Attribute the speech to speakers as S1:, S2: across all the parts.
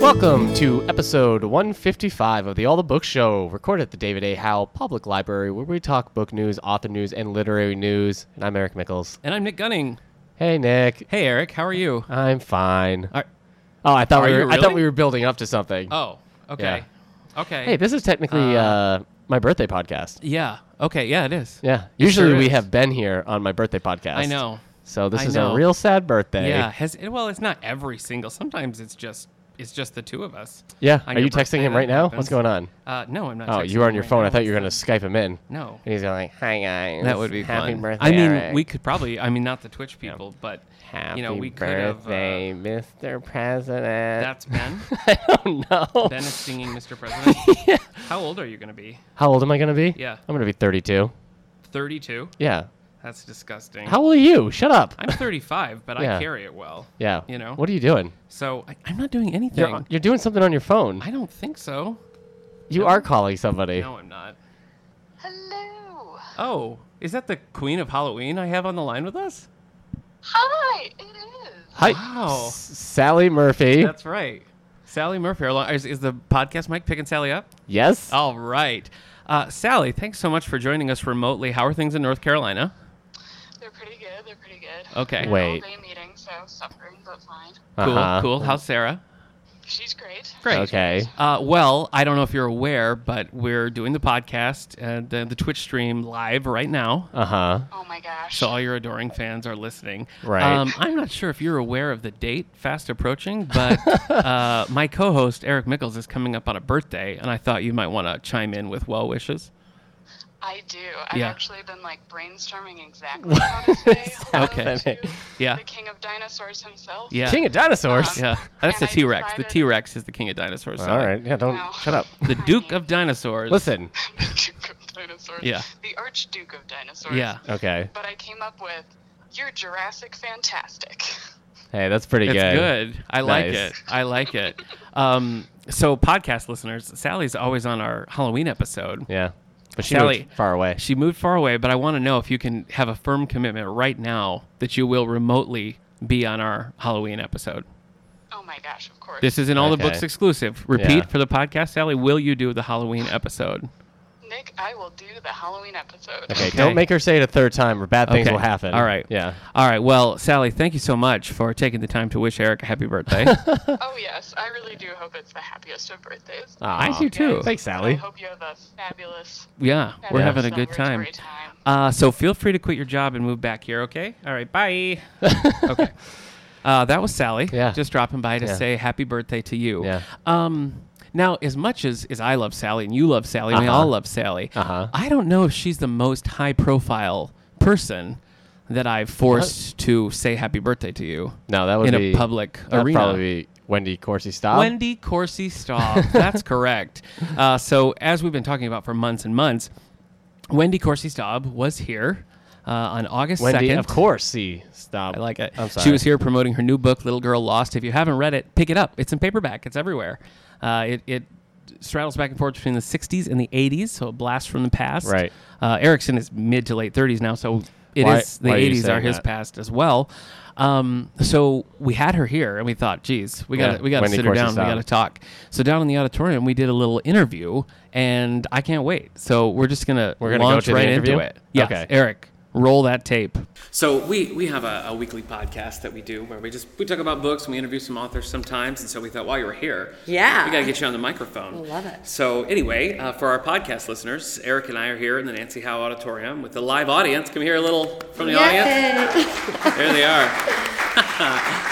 S1: Welcome to episode 155 of the All the Books Show, recorded at the David A. Howe Public Library, where we talk book news, author news, and literary news. And I'm Eric Mickles.
S2: And I'm Nick Gunning.
S1: Hey, Nick.
S2: Hey, Eric, how are you?
S1: I'm fine.
S2: Are-
S1: Oh, I thought
S2: Are
S1: we were,
S2: you
S1: I thought
S2: really?
S1: we were building up to something.
S2: oh, okay. Okay.
S1: Hey, this is technically uh,
S2: Uh,
S1: my birthday podcast.
S2: yeah. Okay. Yeah, it is.
S1: Yeah.
S2: It
S1: Usually
S2: sure
S1: we
S2: is.
S1: have Ben here on my birthday podcast.
S2: I know.
S1: So this
S2: I
S1: is
S2: know.
S1: a real sad birthday.
S2: Yeah. Has well, it's not every single. Sometimes it's just it's just the two of us.
S1: Yeah.
S2: on
S1: Are
S2: your
S1: you texting
S2: birthday
S1: him
S2: that
S1: right now?
S2: happens.
S1: What's going on?
S2: Uh, no, I'm not.
S1: Oh,
S2: texting
S1: you were on
S2: him
S1: your
S2: right
S1: phone.
S2: now.
S1: I thought you were going to
S2: It's-
S1: Skype him in.
S2: No.
S1: And he's going like, "Hi guys,
S2: That would be
S1: happy
S2: fun.
S1: birthday."
S2: I mean,
S1: Eric.
S2: we could probably. I mean, not the Twitch people, but
S1: Happy
S2: you know, we could have. Uh,
S1: birthday, Mr. President.
S2: that's Ben.
S1: I don't know.
S2: ben is singing Mr. President. How old are you going to be?
S1: How old am I gonna be?
S2: Yeah.
S1: I'm gonna be 32.
S2: 32.
S1: Yeah.
S2: That's disgusting.
S1: How old are you? Shut up.
S2: I'm 35, but
S1: Yeah.
S2: I carry it well.
S1: yeah.
S2: you know.
S1: What are you doing?
S2: So I, I'm not doing anything.
S1: You're, on- you're doing something on your phone.
S2: I don't think so.
S1: you are calling somebody.
S2: No, I'm not.
S3: Hello.
S2: Oh, is that the Queen of Halloween I have on the line with us?
S3: Hi, it is.
S1: Hi,
S2: Wow.
S1: S- Sally Murphy.
S2: That's right. Sally Murphy. Our li- Is, is the podcast mic picking Sally up?
S1: yes.
S2: All right. Uh, Sally, thanks so much for joining us remotely. How are things in North Carolina?
S3: They're pretty good. They're pretty good.
S2: Okay.
S3: We're
S1: Wait.
S3: All day meeting, so suffering but fine.
S2: Cool,
S1: Uh-huh.
S2: cool. How's Sarah?
S3: She's great.
S2: Great.
S1: Okay.
S2: Uh, well, I don't know if you're aware, but we're doing the podcast and the, the Twitch stream live right now.
S1: Uh huh.
S3: Oh my gosh.
S2: So all your adoring fans are listening.
S1: Right.
S2: Um, I'm not sure if you're aware of the date fast approaching, but uh, my co-host Eric Mickles is coming up on a birthday, and I thought you might want to chime in with well wishes.
S3: I do. I've
S2: Yeah.
S3: actually been like brainstorming exactly how to say hello
S2: Okay.
S3: to
S2: Yeah.
S3: the king of dinosaurs himself.
S2: Yeah.
S1: King of dinosaurs.
S2: yeah. That's the
S3: And I
S2: T Rex. The
S3: decided-
S2: T Rex is the king of dinosaurs.
S1: All
S2: sorry.
S1: right. Yeah. Don't
S3: Wow.
S1: shut up.
S2: The Duke of Dinosaurs.
S1: Listen.
S3: Duke of dinosaurs.
S2: Yeah.
S3: The Archduke of dinosaurs.
S2: Yeah.
S1: Okay.
S3: But I came up with, you're Jurassic fantastic.
S1: Hey, that's pretty
S2: It's
S1: good.
S2: good. I like
S1: Nice.
S2: it. I like it. Um, so, podcast listeners, Sally's always on our Halloween episode.
S1: Yeah. But she
S2: Sally-
S1: moved far away.
S2: She moved far away, but I want to know if you can have a firm commitment right now that you will remotely be on our Halloween episode.
S3: Oh my gosh, of course.
S2: This is an all the
S1: Okay.
S2: books exclusive. Repeat
S1: Yeah.
S2: for the podcast, Sally. Will you do the Halloween episode?
S3: Nick, I will do the Halloween episode.
S1: Okay,
S2: Okay.
S1: Don't make her say it a third time, or bad things
S2: Okay.
S1: will happen.
S2: All right.
S1: Yeah.
S2: All right. Well, Sally, thank you so much for taking the time to wish Eric a happy birthday.
S3: Oh yes, I really do hope it's the happiest of birthdays.
S2: I do too.
S3: Guys,
S1: Thanks, Sally.
S3: I hope you have a fabulous.
S2: yeah, we're
S3: fabulous
S2: having a good time.
S3: celebratory time.
S2: Uh, so feel free to quit your job and move back here. Okay. All right. Bye. okay. Uh, that was Sally.
S1: Yeah.
S2: Just dropping by to
S1: Yeah.
S2: say happy birthday to you.
S1: Yeah.
S2: Um, now, as much as, as I love Sally and you love Sally and we
S1: Uh-huh.
S2: all love Sally,
S1: Uh-huh.
S2: I don't know if she's the most high profile person that I've forced to say happy birthday to you.
S1: No, that would
S2: in
S1: be
S2: a public
S1: that'd
S2: arena.
S1: probably be Wendy Corsi style.
S2: Wendy Corsi Staub. That's correct. Uh, so, as we've been talking about for months and months, Wendy Corsi Staub was here uh, on August
S1: Wendy,
S2: 2nd.
S1: of course, see stop.
S2: I like it.
S1: I'm sorry.
S2: She was here promoting her new book, Little Girl Lost. If you haven't read it, pick it up. It's in paperback, it's everywhere. Uh, it, it straddles back and forth between the 60s and the 80s, so a blast from the past.
S1: Right.
S2: Uh, Erickson is mid to late 30s now, so it is
S1: Why-
S2: the
S1: why are you
S2: 80s are
S1: saying
S2: his
S1: that?
S2: past as well. Um, so we had her here, and we thought, geez, we got
S1: Yeah,
S2: to we got to
S1: Wendy
S2: sit her
S1: Corsi
S2: down.
S1: style.
S2: We got to talk. So down in the auditorium, we did a little interview, and I can't wait. So we're just gonna
S1: We're gonna go
S2: launch
S1: to the
S2: right
S1: interview?
S2: into it. Yes,
S1: Okay.
S2: Eric, roll that tape. So we we have a, a weekly podcast that we do where we just we talk about books and we interview some authors sometimes. And so we thought while you were here,
S4: Yeah.
S2: we got to get you on the microphone.
S4: Love it.
S2: So anyway, uh, for our podcast listeners, Eric and I are here in the Nancy Howe Auditorium with the live audience. Come here a little from the audience. There they are.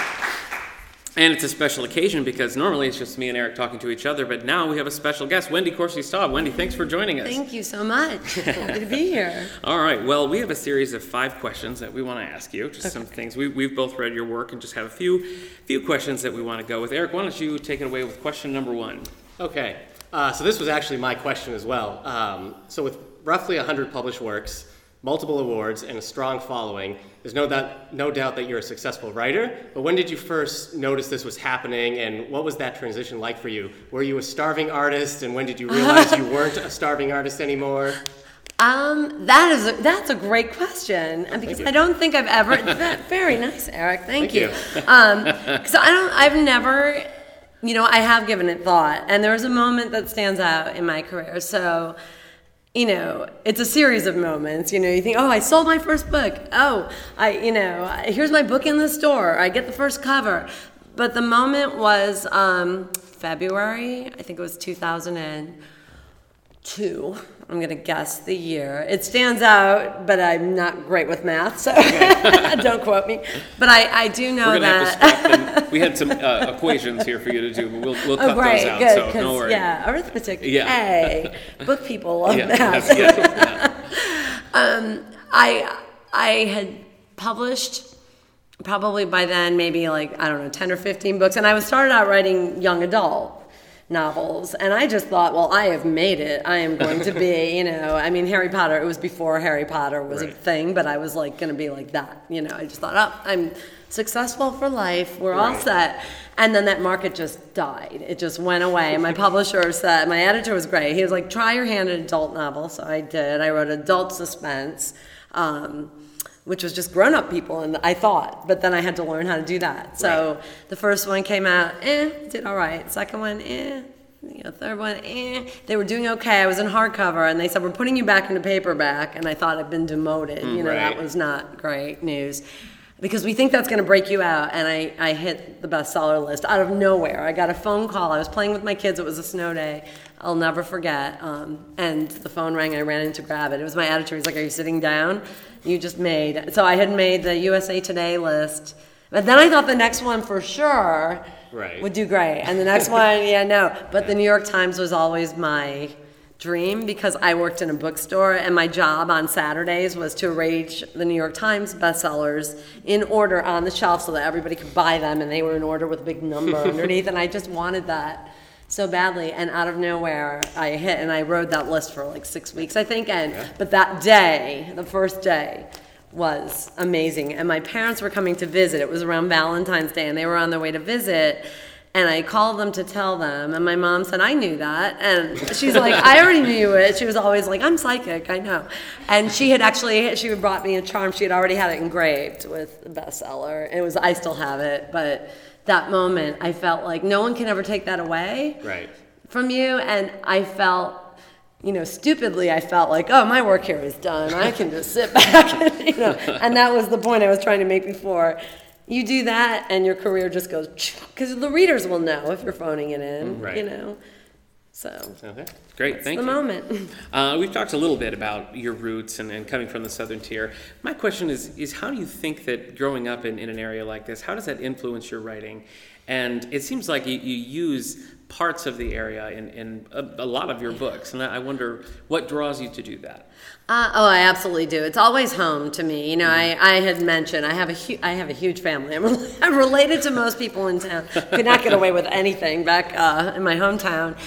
S2: And it's a special occasion because normally it's just me and Eric talking to each other, but now we have a special guest, Wendy Corsi Staub. Wendy, thanks for joining us.
S4: Thank you so much. Happy to be here.
S2: All right. Well, we have a series of five questions that we want to ask you. Just some things. We, we've both read your work and just have a few, few questions that we want to go with. Eric, why don't you take it away with question number one?
S5: Okay, uh, so this was actually my question as well. Um, so, with roughly 100 published works, multiple awards, and a strong following, there's no, that, no doubt that you're a successful writer. But when did you first notice this was happening, and what was that transition like for you? Were you a starving artist, and when did you realize you weren't a starving artist anymore?
S4: Um, that is a, that's a great question, and because
S5: you.
S4: I don't think I've ever. that, very nice, Eric. Thank,
S5: Thank
S4: you.
S5: you.
S4: Um, so I don't. I've never you know, I have given it thought, and there was a moment that stands out in my career. So, you know, it's a series of moments. You know, you think, oh, I sold my first book. Oh, I, you know, I- here's my book in the store. I get the first cover. But the moment was um, February, I think it was 2002. I'm going to guess the year. It stands out, but I'm not great with math, so don't quote me. But I, I do know
S6: We're gonna
S4: Oh, that.
S6: have to scrap them. We had some uh, equations here for you to do, but we'll, we'll
S4: Oh,
S6: cut
S4: great,
S6: those out.
S4: good,
S6: so don't
S4: because,
S6: worry.
S4: yeah, arithmetic,
S6: Yeah.
S4: hey, book people love
S6: Yeah,
S4: that.
S6: that's- yeah.
S4: I, I had published probably by then, maybe like, I don't know, 10 or 15 books, and I was started out writing young adult novels, and I just thought, well, I have made it, I am going to be, you know, I mean, Harry Potter, it was before Harry Potter was a
S6: Right.
S4: thing, but I was like going to be like that, you know, I just thought, oh, I'm successful for life, we're all
S6: Right.
S4: set that. And then that market just died. It just went away. And my publisher said, my editor was great. He was like, try your hand at adult novel. So I did. I wrote adult suspense, um, which was just grown up people, and I thought. But then I had to learn how to do that. So the first one came out, eh, did all right. Second one, eh. You know, third one, eh. They were doing okay. I was in hardcover, and they said, We're putting you back into paperback. And I thought I'd been demoted. you know, that
S6: right.
S4: was not great news because we think that's going to break you out and I, I hit the bestseller list out of nowhere i got a phone call i was playing with my kids it was a snow day i'll never forget um, and the phone rang i ran in to grab it it was my editor he's like are you sitting down you just made so i had made the usa today list but then i thought the next one for sure
S5: Right.
S4: would do great and the next one yeah no but the new york times was always my dream because I worked in a bookstore and my job on Saturdays was to arrange the New York Times bestsellers in order on the shelf so that everybody could buy them and they were in order with a big number underneath and I just wanted that so badly and out of nowhere I hit and I rode that list for like 6 weeks I think and but that day the first day was amazing and my parents were coming to visit it was around Valentine's Day and they were on their way to visit and I called them to tell them, and my mom said, I knew that. And she's like, I already knew it. She was always like, I'm psychic, I know. And she had actually, she had brought me a charm. She had already had it engraved with the bestseller. It was, I still have it. But that moment, I felt like no one can ever take that away
S5: Right.
S4: from you and i felt you know stupidly i felt like oh my work here is done i can just sit back you know and that was the point i was trying to make before you do that and your career just goes because the readers will know if you're phoning it in you
S5: Right.
S4: know so
S5: Okay.
S6: Great, thank
S4: the
S6: you.
S4: moment
S6: Uh, we've talked a little bit about your roots and, and coming from the southern tier. My question is, is how do you think that growing up in, in an area like this, how does that influence your writing? And it seems like you, you use parts of the area in, in a, a lot of your books, and I I wonder what draws you to do that.
S4: Uh, oh, I absolutely do. It's always home to me. You know, I, I had mentioned I have a hu- I have a huge family. I'm, rel- I'm related to most people in town. Could not get away with anything back uh, in my hometown.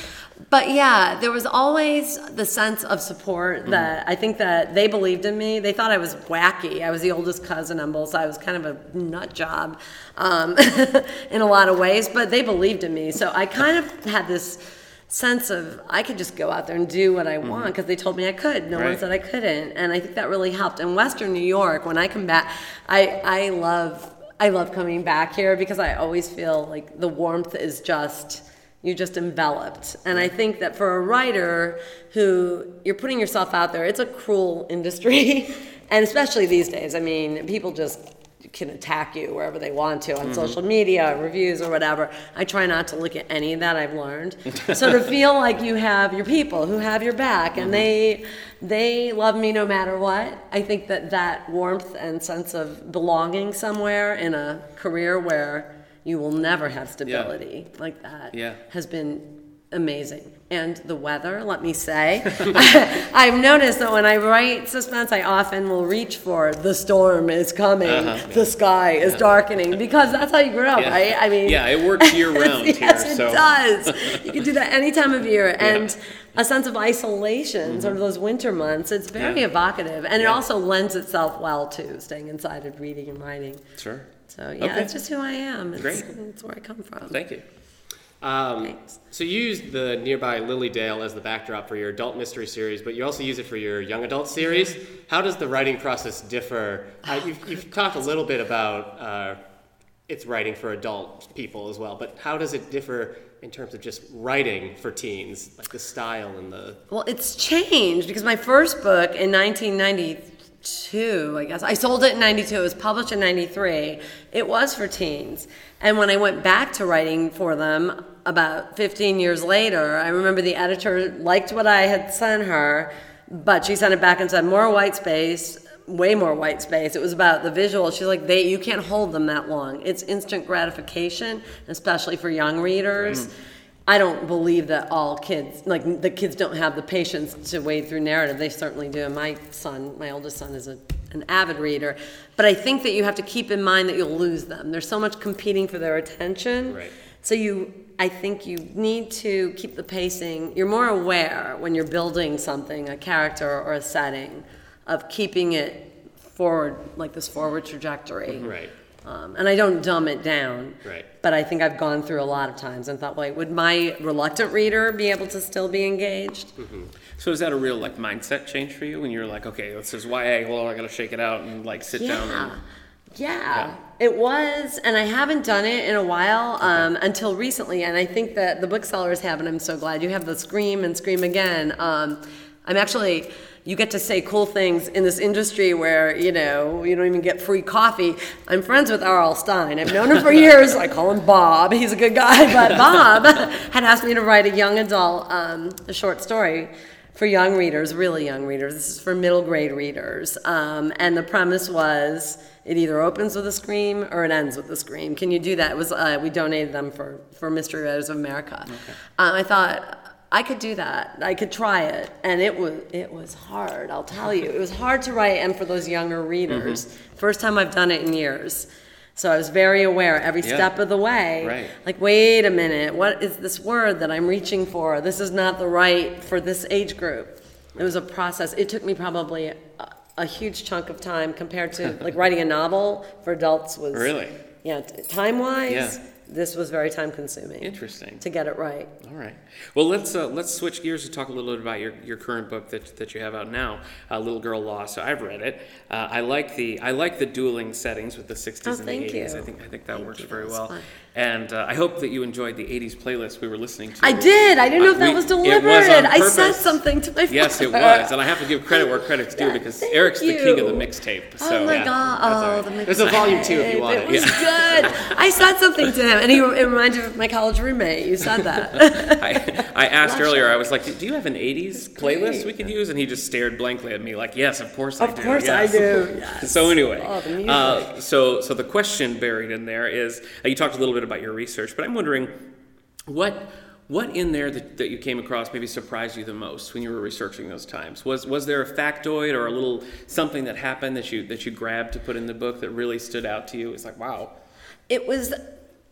S4: But yeah, there was always the sense of support that I think that they believed in me. They thought I was wacky. I was the oldest cousin on both sides. I was kind of a nut job um, in a lot of ways, but they believed in me. So I kind of had this sense of I could just go out there and do what I want because they told me I could. No one
S6: Right.
S4: said I couldn't, and I think that really helped. In Western New York, when I come back, I I love I love coming back here because I always feel like the warmth is just you're just enveloped. And I think that for a writer who you're putting yourself out there, it's a cruel industry, and especially these days. I mean, people just can attack you wherever they want to on social media, reviews, or whatever. I try not to look at any of that. I've learned. so to feel like you have your people who have your back and they they love me no matter what. I think that that warmth and sense of belonging somewhere in a career where you will never have stability like that
S6: Yeah.
S4: has been amazing. And the weather, let me say. I've noticed that when I write suspense, I often will reach for the storm is coming, the sky is darkening, because that's how you grew up,
S6: Uh-huh. Yeah.
S4: right? I mean,
S6: Yeah, it works year-round
S4: yes,
S6: here,
S4: it
S6: so.
S4: does. You can do that any time of year. And a sense of isolation, sort of those winter months, it's very
S6: Mm-hmm. Yeah.
S4: evocative. And it
S6: Yeah.
S4: also lends itself well to staying inside and reading and writing.
S6: Sure.
S4: So, yeah,
S6: Okay.
S4: that's just who I am. It's,
S6: Great.
S4: it's where I come from.
S6: Thank you.
S5: Um,
S4: Thanks.
S5: so you used the nearby Lilydale as the backdrop for your adult mystery series, but you also use it for your young adult series. How does the writing process differ? Uh, you've, you've talked a little bit about uh,
S1: it's writing for adult people as well, but how does it differ in terms of just writing for teens, like the style and the
S4: Well, it's changed because my first book in 1992, I guess, I sold it in 92, it was published in 93. It was for teens. And when I went back to writing for them about 15 years later, I remember the editor liked what I had sent her, but she sent it back and said, more white space. Way more white space. It was about the visual. She's like, they you can't hold them that long. It's instant gratification, especially for young readers. I don't believe that all kids, like the kids don't have the patience to wade through narrative. They certainly do. And my son, my oldest son, is a, an avid reader. But I think that you have to keep in mind that you'll lose them. There's so much competing for their attention.
S1: Right.
S4: So you, I think you need to keep the pacing. You're more aware when you're building something, a character or a setting, of keeping it forward, like this forward trajectory.
S1: right?
S4: Um, and I don't dumb it down.
S1: Right.
S4: But I think I've gone through a lot of times and thought, wait, would my reluctant reader be able to still be engaged?
S2: So is that a real like mindset change for you when you're like, okay, this is YA. Well, I gotta shake it out and like sit down. And,
S4: Yeah. Yeah. It was, and I haven't done it in a while um, until recently. And I think that the booksellers have, and I'm so glad you have the Scream and Scream Again. Um, I'm actually, you get to say cool things in this industry where, you know, you don't even get free coffee. I'm friends with R.L. Stein. I've known him for years. I call him Bob. He's a good guy. But Bob had asked me to write a young adult, um, a short story for young readers, really young readers. This is for middle grade readers. Um, and the premise was it either opens with a scream or it ends with a scream. Can you do that? It was uh, we donated them for for Mystery Writers of America. Um, I thought I could do that. I could try it, and it was it was hard. I'll tell you, it was hard to write, and for those younger readers, first time I've done it in years. So I was very aware every
S2: Yeah.
S4: step of the way
S2: Right.
S4: like wait a minute what is this word that i'm reaching for this is not the right for this age group it was a process it took me probably a, a huge chunk of time compared to like writing a novel for adults was
S2: Really?
S4: yeah time wise
S2: Yeah.
S4: this was very time consuming
S2: Interesting.
S4: to get it right
S2: All right. Well, let's uh, let's switch gears and talk a little bit about your, your current book that, that you have out now, uh, Little Girl Lost. So I've read it. Uh, I like the I like the dueling settings with the 60s
S4: Oh,
S2: and the
S4: thank
S2: 80s.
S4: you.
S2: I think I think that works
S4: you.
S2: very
S4: That
S2: well.
S4: was fun.
S2: And uh, I hope that you enjoyed the 80s playlist we were listening to.
S4: i did i didn't know if
S2: Uh,
S4: that
S2: we-
S4: was
S2: it was on
S4: deliberate i said
S2: purpose.
S4: something to my
S2: Yes, it
S4: father.
S2: was, and I have to give credit where credit's due
S4: Yeah,
S2: because
S4: thank
S2: Eric's the king of the
S4: you.
S2: mixtape.
S4: Oh
S2: So
S4: my
S2: yeah.
S4: god!
S1: that's all
S4: Oh,
S1: right.
S4: the
S1: There's a volume two if you want
S4: mixtape. It
S1: it.
S4: was good. I said something to him, and he it reminded me of my college roommate. You said that.
S2: I, I asked
S4: Lush.
S2: earlier. I was like, "Do you have an '80s playlist we could use?" And he just stared blankly at me, like, "Yes, of course I
S4: Of
S2: do."
S4: course I
S2: yes."
S4: do, yes.
S2: So anyway,
S4: Oh, the music.
S2: uh, so so the question buried in there is: uh, you talked a little bit about your research, but I'm wondering what what in there that, that you came across maybe surprised you the most when you were researching those times was was there a factoid or a little something that happened that you that you grabbed to put in the book that really stood out to you it's like wow
S4: it was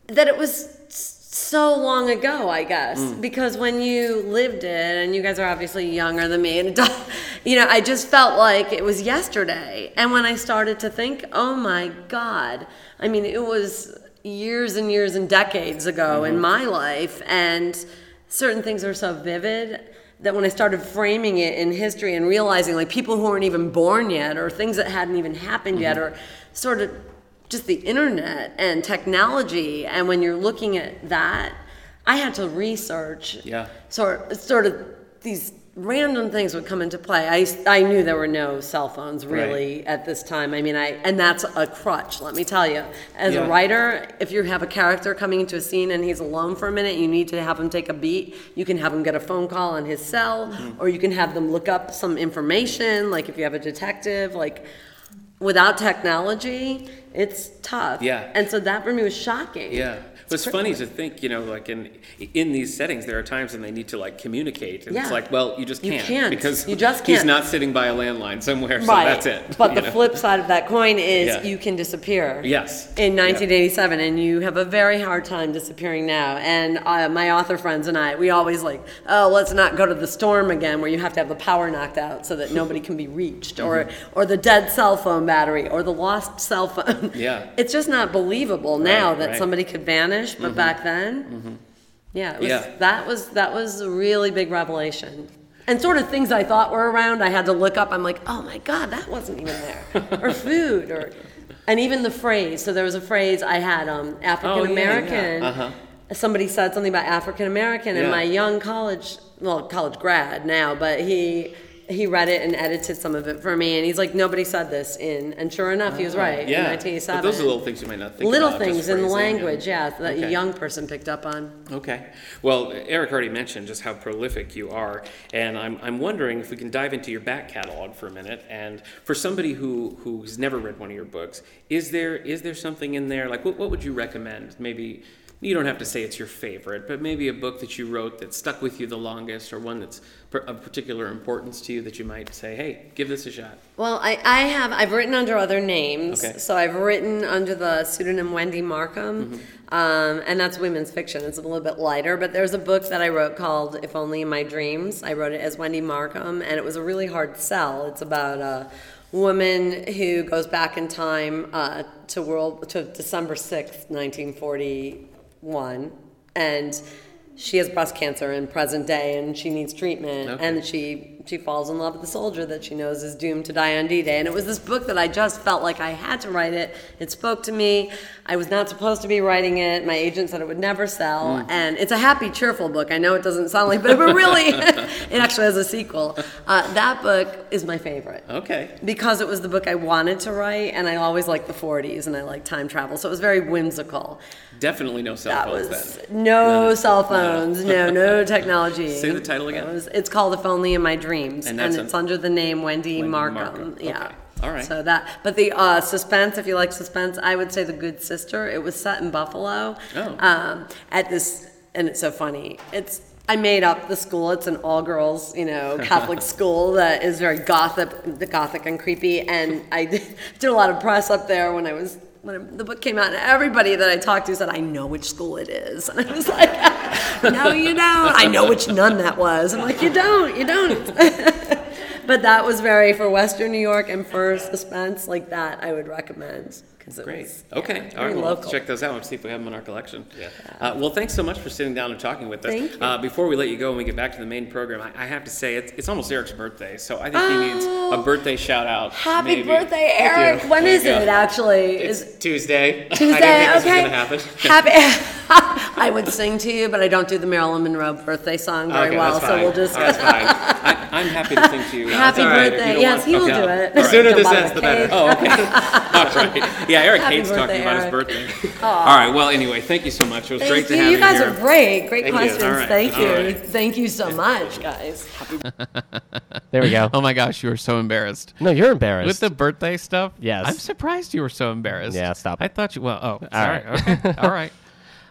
S4: that it was so long ago, I guess, because when you lived it, and you guys are obviously younger than me, and it does- you know, I just felt like it was yesterday. And when I started to think, oh my God, I mean, it was years and years and decades ago in my life, and certain things are so vivid that when I started framing it in history and realizing like people who weren't even born yet or things that hadn't even happened yet or sort of just the internet and technology and when you're looking at that I had to research
S2: Yeah.
S4: sort sort of these random things would come into play. I, I knew there were no cell phones really at this time. I mean, I and that's a crutch, let me tell you. As
S2: Yeah.
S4: a writer, if you have a character coming into a scene and he's alone for a minute, you need to have him take a beat. You can have him get a phone call on his cell
S2: Mm.
S4: or you can have them look up some information, like if you have a detective, like without technology, it's tough.
S2: Yeah.
S4: And so that for me was shocking.
S2: Yeah. What's funny is to think, you know, like in in these settings, there are times when they need to like communicate, and it's
S4: Yeah.
S2: like, well, you just
S4: You
S2: can't,
S4: can't.
S2: because
S4: You just
S2: he's
S4: can't.
S2: not sitting by a landline somewhere, so
S4: right.
S2: that's it.
S4: But
S2: you
S4: the
S2: know?
S4: flip side of that coin is
S2: Yeah.
S4: you can disappear.
S2: yes,
S4: In
S2: Yeah.
S4: 1987, and you have a very hard time disappearing now. And uh, my author friends and I, we always like, oh, let's not go to the storm again, where you have to have the power knocked out so that nobody can be reached, or
S2: Mm-hmm.
S4: or the dead cell phone battery, or the lost cell phone.
S2: Yeah.
S4: it's just not believable now
S2: Right,
S4: that
S2: right. Mm-hmm.
S4: somebody could vanish, but back then, yeah, it was,
S2: Yeah.
S4: that was that was a really big revelation. and sort of things I thought were around, I had to look up. I'm like, oh my God, that wasn't even there. or food, or and even the phrase. So there was a phrase I had um, African American.
S6: Uh-huh.
S4: Somebody said something about African American, and
S6: Yeah.
S4: my young college, well, college grad now, but he he read it and edited some of it for me, and he's like, nobody said this in, and sure enough, he was right.
S6: Yeah.
S4: in 1987.
S6: But those are little things you might not think
S4: Little
S6: about. just
S4: things in the
S6: phrasing and-
S4: language, yeah, that a
S6: Okay.
S4: young person picked up on.
S6: Okay. Well, Eric already mentioned just how prolific you are, and I'm, I'm wondering if we can dive into your back catalog for a minute. And for somebody who, who's never read one of your books, is there is there something in there like what, what would you recommend? Maybe you don't have to say it's your favorite, but maybe a book that you wrote that stuck with you the longest, or one that's per, of particular importance to you that you might say, "Hey, give this a shot."
S4: Well, I, I have I've written under other names,
S6: Okay.
S4: so I've written under the pseudonym Wendy Markham, um, and that's women's fiction. It's a little bit lighter, but there's a book that I wrote called "If Only in My Dreams." I wrote it as Wendy Markham, and it was a really hard sell. It's about a woman who goes back in time uh, to world to December sixth, nineteen forty one, and she has breast cancer in present day, and she needs treatment,
S6: Okay.
S4: and she she falls in love with a soldier that she knows is doomed to die on D-Day. And it was this book that I just felt like I had to write it. It spoke to me. I was not supposed to be writing it. My agent said it would never sell. And it's a happy, cheerful book. I know it doesn't sound like, but, but really, it actually has a sequel. Uh, that book is my favorite
S6: Okay.
S4: because it was the book I wanted to write, and I always liked the 40s and I liked time travel, so it was very whimsical.
S6: Definitely no cell
S4: That
S6: phones
S4: was
S6: then.
S4: no cell phones, no, no technology.
S6: Say the title again.
S4: That was- it's called "If Only in My Dreams,"
S6: And
S4: and,
S6: that's
S4: it's
S6: on-
S4: under the name Wendy,
S6: Wendy
S4: Markham.
S6: Markham.
S4: Yeah.
S6: Okay. All right.
S4: So that, but the uh, suspense, if you like suspense, I would say The Good Sister. It was set in Buffalo.
S6: Oh.
S4: Um, at this, and it's so funny. It's I made up the school. It's an all girls, you know, Catholic school that is very gothic, the gothic and creepy. And I did, did a lot of press up there when I was. When the book came out, and everybody that I talked to said, "I know which school it is," and I was like, "No, you don't. I know which nun that was." I'm like, "You don't. You don't." But that was very for Western New York and for suspense like that. I would recommend because it
S6: Great.
S4: was
S6: Okay.
S4: yeah,
S6: All right.
S4: very
S6: Well, we'll
S4: local.
S6: check those out and see if we have them in our collection. Yeah. Uh, well, thanks so much for sitting down and talking with us.
S4: Thank you.
S6: Uh, before we let you go and we get back to the main program, I, I have to say it's, it's almost Eric's birthday, so I think he needs a
S4: Oh.
S6: birthday shout out.
S4: Happy birthday, Eric! When is it actually? Is
S5: Tuesday.
S4: Tuesday?
S5: I didn't think this was
S4: okay.
S5: gonna happen.
S4: Happy. I would sing to you, but I don't do the Marilyn Monroe birthday song very
S5: Okay,
S4: well,
S5: that's
S4: so we'll
S5: fine.
S4: just.
S5: That's fine.
S6: I, I'm happy to sing to you.
S4: Happy
S5: all right.
S4: birthday!
S6: You don't
S4: yes,
S6: want-
S4: he will
S6: okay.
S4: do it.
S5: The sooner this
S4: Jump on
S5: ends, the better.
S4: cake.
S6: Oh, okay. All right. Yeah, Eric
S4: Happy
S6: hates talking
S4: birthday,
S6: about
S4: Eric.
S6: his birthday. All right. Well, anyway, thank you so much. It was great
S4: Thank
S6: to
S4: you.
S6: have you
S4: You guys
S6: here.
S4: are great. Great
S5: Thank you.
S4: questions.
S6: All right.
S4: Thank
S6: All
S4: you.
S6: right.
S4: Thank you so much, guys.
S1: There we go.
S2: Oh my gosh, you were so embarrassed.
S1: no, you're embarrassed.
S2: With the birthday stuff?
S1: Yes.
S2: I'm surprised you were so embarrassed.
S1: Yeah, stop.
S2: I thought you, well, oh, sorry.
S1: right.
S2: Okay. All right.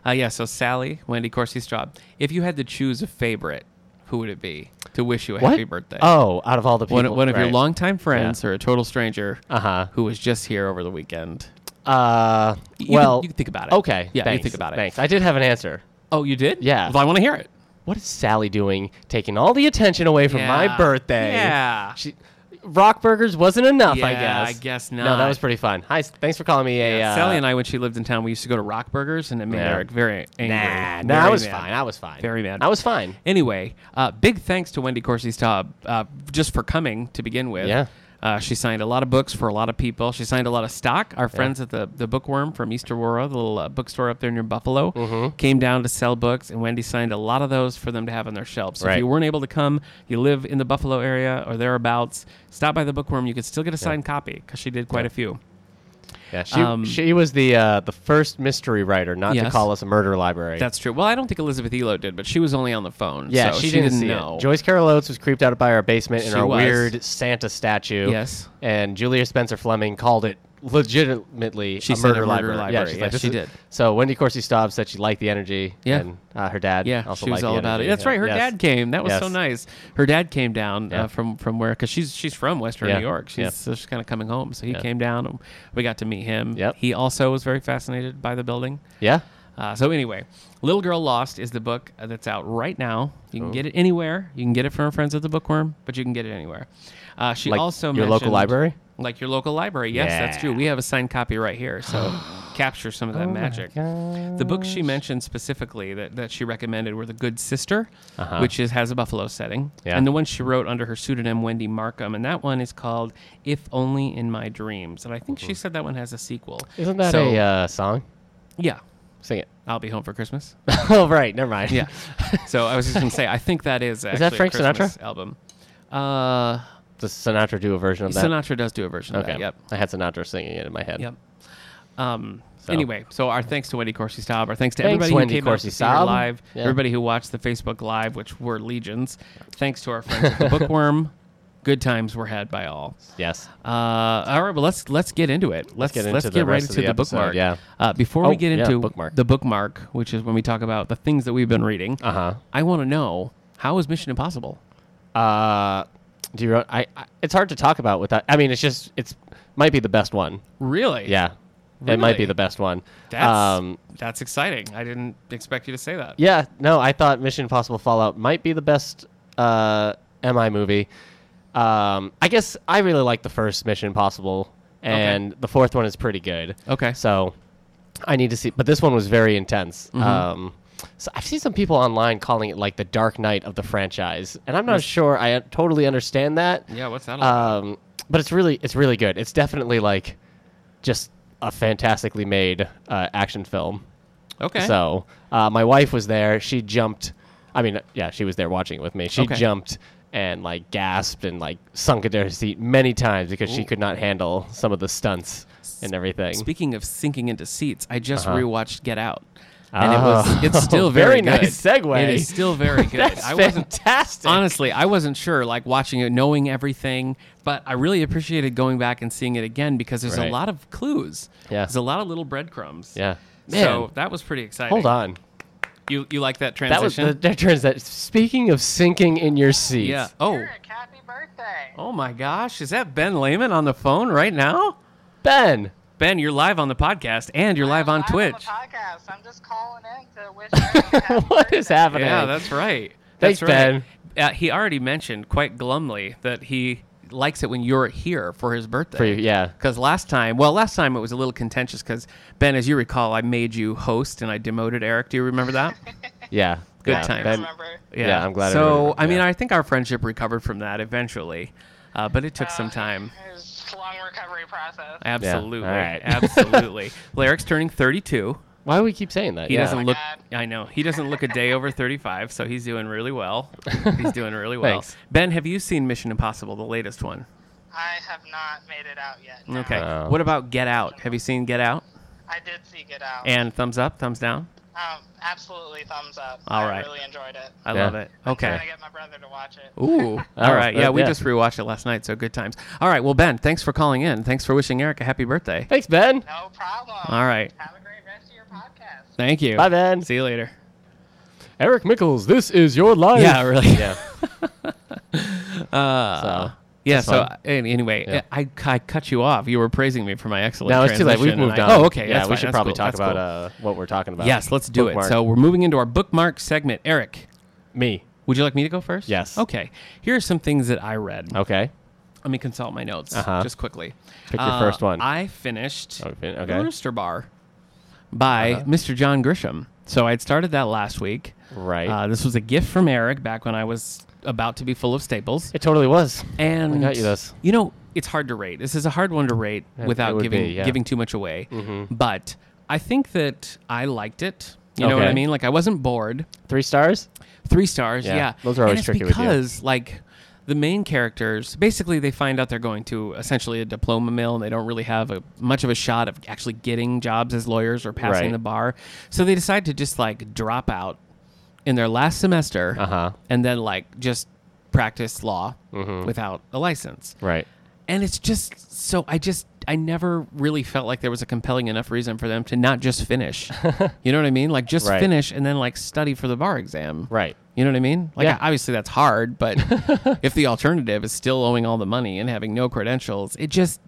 S2: Uh, yeah, so Sally, Wendy Corsi Straub, if you had to choose a favorite, who would it be to wish you a
S1: what?
S2: happy birthday?
S1: Oh, out of all the people,
S2: One, one of your
S1: right.
S2: longtime friends or a total stranger
S1: Uh-huh.
S2: who was just here over the weekend.
S1: Uh,
S2: You can-
S1: well,
S2: you can think about it.
S1: Okay,
S2: Yeah, you
S1: thanks,
S2: think about it.
S1: Thanks. I did have an answer.
S2: Oh, you did?
S1: Yeah.
S2: Well, I want to hear it.
S1: What is Sally doing, taking all the attention away from my
S2: Yeah.
S1: birthday?
S2: Yeah.
S1: She, rock burgers wasn't enough, I
S2: Yeah,
S1: guess.
S2: I guess
S1: No, that
S2: not.
S1: was pretty fun. Hi, s- thanks for calling me a. Uh,
S2: Sally and I, when she lived in town, we used to go to Rock Burgers, and it made
S1: Yeah.
S2: Eric very angry.
S1: Nah,
S2: very
S1: nah, I was
S2: mad.
S1: fine. I was fine.
S2: Very mad.
S1: I was fine.
S2: Anyway, uh, big thanks to Wendy Corsi Staub uh, just for coming to begin with.
S1: Yeah.
S2: Uh, she signed a lot of books for a lot of people. She signed a lot of stock. Our friends at the, the Bookworm from Easter World, the little uh, bookstore up there near Buffalo,
S1: Mm-hmm.
S2: came down to sell books, and Wendy signed a lot of those for them to have on their shelves. So
S1: Right.
S2: if you weren't able to come, you live in the Buffalo area or thereabouts, stop by the Bookworm. You could still get a signed copy because she did quite a few.
S1: Yeah, she,
S2: Um,
S1: she was the uh, the first mystery writer not to
S2: Yes.
S1: call us a murder library.
S2: That's true. Well, I don't think Elizabeth Elo did, but she was only on the phone.
S1: yeah,
S2: so
S1: she, didn't, see
S2: know.
S1: It. Joyce Carol Oates was creeped out by our basement in
S2: She
S1: our
S2: was.
S1: weird Santa statue.
S2: Yes.
S1: and Julia Spencer Fleming called it legitimately
S2: She
S1: a
S2: said a
S1: murder
S2: murder
S1: library.
S2: library.
S1: she's
S2: Yeah,
S1: "This
S2: she
S1: is-"
S2: did.
S1: So Wendy Corsi Staub said she liked the energy.
S2: Yeah.
S1: and uh, her dad.
S2: Yeah,
S1: also
S2: she was
S1: liked
S2: all
S1: the
S2: about it.
S1: energy.
S2: That's right. Her
S1: Yes.
S2: dad came. That was so
S1: Yes.
S2: nice. Her dad came down
S1: Yeah.
S2: uh, from from where? Because she's she's from Western
S1: Yeah.
S2: New York. She's
S1: Yeah.
S2: so she's kind of coming home. So he
S1: Yeah.
S2: came down. and We got to meet him.
S1: Yep.
S2: He also was very fascinated by the building.
S1: Yeah,
S2: Uh, so anyway, Little Girl Lost is the book uh, that's out right now. You can
S1: Oh.
S2: get it anywhere. You can get it from our friends at the Bookworm, but you can get it anywhere. Uh, she
S1: Like
S2: also
S1: your local
S2: mentioned-
S1: library?
S2: like your local library. Yes, that's
S1: Yeah. Oh
S2: true. We have a signed copy right here. So capture some of that magic. The books she mentioned specifically that, that she recommended were The Good Sister, which is has a Buffalo setting,
S1: Uh-huh. Yeah.
S2: and the one she wrote under her pseudonym Wendy Markham, and that one is called If Only in My Dreams, and I think she said that one has a sequel.
S1: Isn't that
S2: So-
S1: a uh, song?
S2: Yeah,
S1: Sing it.
S2: I'll be home for Christmas.
S1: oh, right. Never mind.
S2: Yeah. so I was just gonna say, I think that is actually
S1: that Frank
S2: a
S1: Sinatra?
S2: Christmas album. Uh,
S1: Does Sinatra do a version of that?
S2: Sinatra does do a version of
S1: Okay.
S2: that. Yep.
S1: I had Sinatra singing it in my head.
S2: Yep. Um,
S1: So.
S2: Anyway, so our thanks to Wendy Corsi Staub. Our thanks to
S1: Thanks,
S2: everybody
S1: Wendy
S2: who came out to see her
S1: Corsi-Staub.
S2: live,
S1: Yeah.
S2: everybody who watched the Facebook Live, which were legions. Thanks to our friends at the Bookworm. Good times were had by all.
S1: Yes.
S2: Uh, all right, well let's let's get into it. Let's let's
S1: get
S2: get,
S1: into the
S2: right
S1: rest of
S2: into
S1: the
S2: the,
S1: episode,
S2: bookmark.
S1: yeah.
S2: Uh, before
S1: Oh,
S2: we get
S1: yeah,
S2: into
S1: bookmark.
S2: the bookmark, which is when we talk about the things that we've been reading.
S1: Uh-huh.
S2: I want to know how is Mission Impossible?
S1: Uh, do you? I, I. It's hard to talk about without. I mean, it's just. It's might be the best one.
S2: Really?
S1: Yeah. It might be
S2: Really?
S1: the best one. Um,
S2: That's that's exciting. I didn't expect you to say that.
S1: Yeah, no, I thought Mission Impossible Fallout might be the best uh, MI movie. Um, I guess I really like the first Mission Impossible, and the fourth one is pretty good.
S2: Okay.
S1: So I need to see, but this one was very intense.
S2: Mm-hmm.
S1: Um, so I've seen some people online calling it like the Dark Knight of the franchise, and I'm not sure I uh, totally understand that.
S2: Yeah, what's that all about?
S1: Um, but it's really it's really good. It's definitely like just a fantastically made uh, action film.
S2: Okay.
S1: So uh, my wife was there. She jumped. I mean, yeah, she was there watching it with me. She
S2: Okay.
S1: jumped and like gasped and like sunk into her seat many times because she could not handle some of the stunts and everything.
S2: Speaking of sinking into seats, I just rewatched Get Out. And it was it's
S1: Oh,
S2: still Uh-huh. very,
S1: very
S2: good.
S1: nice segue.
S2: It is still very good.
S1: That's
S2: I wasn't
S1: fantastic.
S2: honestly, I wasn't sure like watching it knowing everything, but I really appreciated going back and seeing it again because there's
S1: Right.
S2: a lot of clues.
S1: Yeah.
S2: There's a lot of little breadcrumbs.
S1: Yeah. Man.
S2: So that was pretty exciting.
S1: Hold on.
S2: You you like that
S1: That was
S2: transition?
S1: the that turns that. Speaking of sinking in your seat.
S2: yeah. Oh.
S3: Eric, happy birthday.
S2: Oh my gosh, is that Ben Lehman on the phone right now?
S1: Ben.
S2: Ben, you're live on the podcast and you're live on
S3: Live
S2: Twitch.
S3: On the podcast. I'm just calling in to wish Eric happy
S1: What is
S3: birthday.
S1: happening?
S2: Yeah, that's right.
S1: Thanks,
S2: That's right.
S1: Ben.
S2: Uh, he already mentioned quite glumly that he likes it when you're here for his birthday.
S1: For you- yeah.
S2: Because last time, well, last time it was a little contentious because, Ben, as you recall, I made you host and I demoted Eric. Do you remember that?
S1: Yeah.
S2: Good
S1: yeah,
S2: times.
S1: Ben,
S3: Remember?
S1: Yeah, I'm glad everyone
S2: So,
S1: remembered
S2: I mean,
S1: that.
S2: I think our friendship recovered from that eventually, uh, but it took some time.
S3: It was a long recovery process.
S2: Absolutely.
S1: all right.
S2: Absolutely. Well, Eric's turning 32.
S1: why do we keep saying that?
S2: He
S1: Yeah.
S2: doesn't look.
S3: God.
S2: I know he doesn't look a day over thirty-five, so he's doing really well. He's doing really well.
S1: Thanks.
S2: Ben, have you seen Mission Impossible, the latest one?
S3: I have not made it out yet. no.
S2: Okay.
S1: No.
S2: What about Get Out? Have you seen Get Out?
S3: I did see Get Out.
S2: And thumbs up, thumbs down.
S3: um, absolutely thumbs up.
S2: All
S3: I
S2: right.
S3: really enjoyed it.
S2: I
S1: Yeah.
S2: love it.
S3: I'm
S2: Okay.
S3: trying to get my brother to watch it.
S2: Ooh.
S1: Oh,
S2: All right. Yeah,
S1: uh,
S2: we
S1: yeah.
S2: just rewatched it last night, so good times. All right. Well, Ben, thanks for calling in. Thanks for wishing Eric a happy birthday.
S1: Thanks, Ben.
S3: No problem.
S2: All right.
S3: Have a great rest of your podcast.
S2: Thank you.
S1: Bye, Ben.
S2: See you later.
S1: Eric Mickles, this is your life.
S2: Yeah. Really.
S1: Yeah.
S2: Uh,
S1: so.
S2: Yeah.
S1: That's
S2: So
S1: fine.
S2: an- anyway,
S1: Yeah.
S2: I, I cut you off. You were praising me for my excellent.
S1: No, it's too late. We've
S2: transition, and
S1: moved
S2: I-
S1: on.
S2: Oh, okay.
S1: Yeah,
S2: that's
S1: we
S2: fine.
S1: should
S2: That's
S1: probably
S2: cool.
S1: talk
S2: That's
S1: about
S2: cool.
S1: uh, what we're talking about.
S2: Yes, let's do
S1: Bookmark.
S2: it. So we're moving into our bookmark segment. Eric,
S1: me.
S2: would you like me to go first?
S1: Yes.
S2: Okay. Here are some things that I read.
S1: Okay.
S2: Let me consult my notes
S1: Uh-huh.
S2: just quickly. Uh,
S1: Pick your first one.
S2: I finished
S1: Oh, fin-
S2: The
S1: okay. Uh-huh.
S2: Rooster Bar by Mr. John Grisham. So I'd started that last week.
S1: Right.
S2: Uh, this was a gift from Eric back when I was about to be full of staples.
S1: It totally was.
S2: And
S1: I got you this.
S2: You know, it's hard to rate. This is a hard one to rate
S1: it
S2: without
S1: would
S2: giving
S1: be, yeah. Mm-hmm.
S2: giving too much away. But I think that I liked it. You know what
S1: Okay.
S2: I mean? Like I wasn't bored.
S1: Three stars.
S2: Three stars,
S1: Yeah,
S2: yeah.
S1: those are always
S2: and it's
S1: tricky with you.
S2: because like the main characters basically they find out they're going to essentially a diploma mill and they don't really have a much of a shot of actually getting jobs as lawyers or passing
S1: Right.
S2: the bar. So they decide to just like drop out in their last semester
S1: Uh-huh. Mm-hmm.
S2: and then like just practice law without a license
S1: Right.
S2: and it's just so i just i never really felt like there was a compelling enough reason for them to not just finish you know what i mean like just
S1: Right.
S2: finish and then like study for the bar exam
S1: Right.
S2: you know what i mean like
S1: Yeah.
S2: obviously that's hard but if the alternative is still owing all the money and having no credentials it just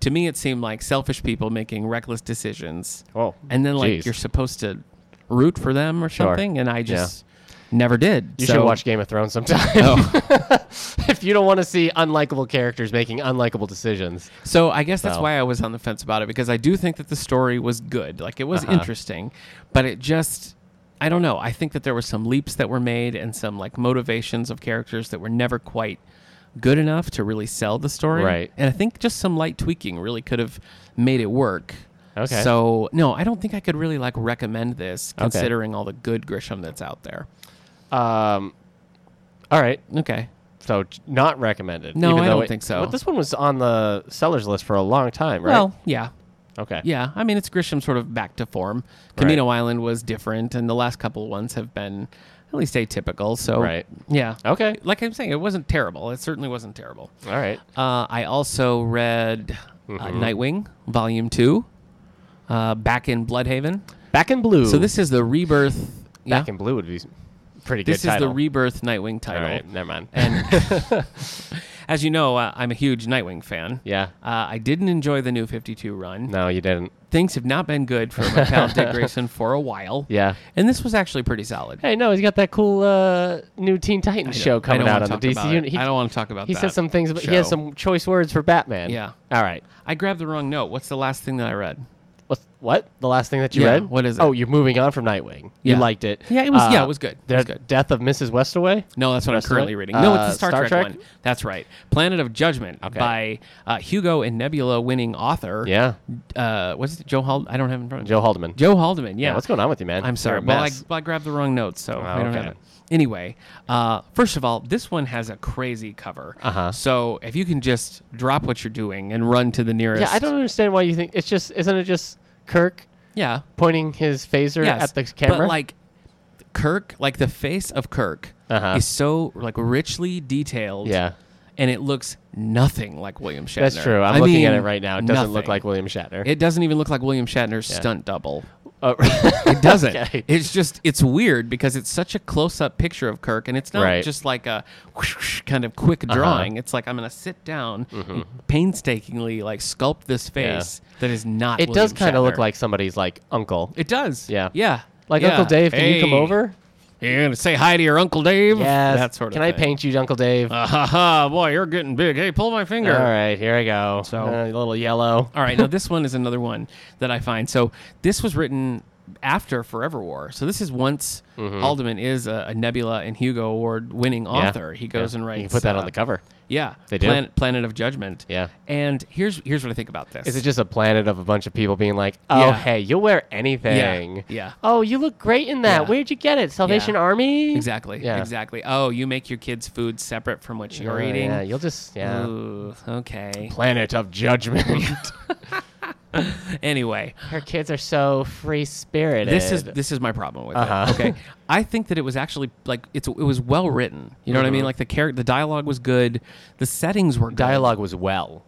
S2: to me it seemed like selfish people making reckless decisions
S1: Oh,
S2: and then like
S1: geez.
S2: you're supposed to root for them or something and i just Never did.
S1: You
S2: so-
S1: should watch Oh. Game of Thrones sometime. if you don't want to see unlikable characters making unlikable decisions.
S2: So I guess that's
S1: So-
S2: why I was on the fence about it because I do think that the story was good. Like it was
S1: Uh-huh.
S2: interesting, but it just I don't know. I think that there were some leaps that were made and some like motivations of characters that were never quite good enough to really sell the story.
S1: Right.
S2: And I think just some light tweaking really could have made it work.
S1: Okay.
S2: So no, I don't think I could really like recommend this considering all the good Grisham that's out there.
S1: Um, all right.
S2: Okay.
S1: So j- not recommended.
S2: No,
S1: even
S2: I
S1: though
S2: don't
S1: it-
S2: think so.
S1: But this one was on the seller's list for a long time, right?
S2: Well, yeah.
S1: okay.
S2: Yeah, I mean it's Grisham sort of back to form.
S1: Right.
S2: Camino Island was different, and the last couple ones have been at least atypical. So
S1: Right. Oh.
S2: yeah,
S1: Okay.
S2: Like I'm saying, it wasn't terrible. It certainly wasn't terrible.
S1: All right.
S2: Uh, I also read uh,
S1: Mm-hmm.
S2: Nightwing Volume Two, uh, back in Bloodhaven.
S1: Back in Blue.
S2: So this is the rebirth. Yeah,
S1: Back in Blue would be s- pretty
S2: this
S1: good
S2: is
S1: title.
S2: the rebirth Nightwing
S1: All
S2: title.
S1: right. Never mind.
S2: As you know, uh, I'm a huge Nightwing fan.
S1: yeah.
S2: Uh, I didn't enjoy the new 52 run.
S1: No, you didn't.
S2: Things have not been good for my pal Dick Grayson for a while.
S1: Yeah.
S2: And this was actually pretty solid.
S1: Hey, no, he's got that cool uh, new Teen Titans show
S2: I
S1: coming
S2: don't
S1: out
S2: wanna
S1: on the DC
S2: talk about it.
S1: unit. He-
S2: I don't want to talk about
S1: He
S2: that.
S1: said some things, but he has
S2: show.
S1: some choice words for Batman.
S2: Yeah.
S1: All right.
S2: I grabbed the wrong note. What's the last thing that I read?
S1: What? What? The last thing that you
S2: Yeah,
S1: read?
S2: what is it?
S1: Oh, you're moving on from Nightwing.
S2: Yeah.
S1: You liked it.
S2: Yeah, it was- yeah, it was good. It
S1: The
S2: was good.
S1: Death of Mrs. Westaway.
S2: No, that's what I'm
S1: Rest of
S2: currently
S1: it?
S2: reading. No, it's
S1: Uh,
S2: the Star,
S1: Star
S2: Trek,
S1: Trek?
S2: one. That's right. Planet of Judgment by uh, Hugo and Nebula winning author.
S1: Yeah.
S2: Uh, what's it? Joe Hald? I don't have it in front of me.
S1: Joe Haldeman.
S2: Joe Haldeman. Yeah.
S1: Yeah, what's going on with you, man?
S2: I'm sorry.
S1: You're a
S2: Well I,
S1: mess.
S2: well, I grabbed the wrong note, so I don't
S1: Oh, okay.
S2: have it. Anyway, uh, first of all, this one has a crazy cover.
S1: Uh-huh.
S2: So if you can just drop what you're doing and run to the nearest.
S1: Yeah, I don't understand why you think it's just. Isn't it just Kirk
S2: Yeah.
S1: pointing his phaser
S2: Yes,
S1: at the camera?
S2: But like Kirk, like the face of Kirk
S1: Uh-huh.
S2: is so like richly detailed.
S1: Yeah.
S2: And it looks nothing like William Shatner.
S1: that's true. I'm
S2: I
S1: looking at
S2: mean,
S1: it right now. It doesn't look
S2: nothing.
S1: like William Shatner.
S2: It doesn't even look like William Shatner's stunt double.
S1: Oh,
S2: It doesn't.
S1: Okay.
S2: It's just it's weird because it's such a close-up picture of Kirk, and it's not
S1: Right. Uh-huh.
S2: just like a whoosh, whoosh kind of quick drawing. It's like I'm gonna sit down,
S1: Mm-hmm.
S2: and painstakingly like sculpt this face that is not.
S1: it does
S2: kind of
S1: look like somebody's like uncle.
S2: it does.
S1: Yeah.
S2: yeah.
S1: like
S2: Yeah.
S1: Uncle Dave, can you come
S2: Hey.
S1: over?
S2: You're gonna say hi to your Uncle Dave?
S1: Yes.
S2: That sort of
S1: Can I
S2: thing.
S1: paint you, Uncle Dave?
S2: Uh, ha ha, boy, you're getting big. Hey, pull my finger.
S1: All right, here I go. So a little yellow.
S2: All right, now this one is another one that I find. So this was written after Forever War. So this is once Haldeman is a, a Nebula and Hugo Award winning
S1: Mm-hmm. Yeah.
S2: author. He goes
S1: Yeah.
S2: and writes.
S1: You can put that
S2: uh,
S1: on the cover.
S2: Yeah.
S1: They do?
S2: Planet, Planet of Judgment.
S1: Yeah.
S2: And here's here's what I think about this.
S1: Is it just a planet of a bunch of people being like, "Oh,
S2: Yeah.
S1: hey, you'll wear anything."
S2: yeah.
S1: Oh, you look great in that.
S2: Yeah.
S1: Where'd you get it? Salvation
S2: Yeah.
S1: Army.
S2: Exactly.
S1: Yeah.
S2: Exactly. Oh, you make your kids' food separate from what you're
S1: Yeah,
S2: eating.
S1: Yeah, you'll just yeah.
S2: Ooh, okay.
S1: Planet of Judgment.
S2: Anyway,
S1: Her kids are so free spirited.
S2: This is this is my problem with
S1: Uh-huh.
S2: it. Okay, I think that it was actually like it's it was well written. You know what I mean? Like the character, the dialogue was good, the settings were good.
S1: Mm-hmm. dialogue was well.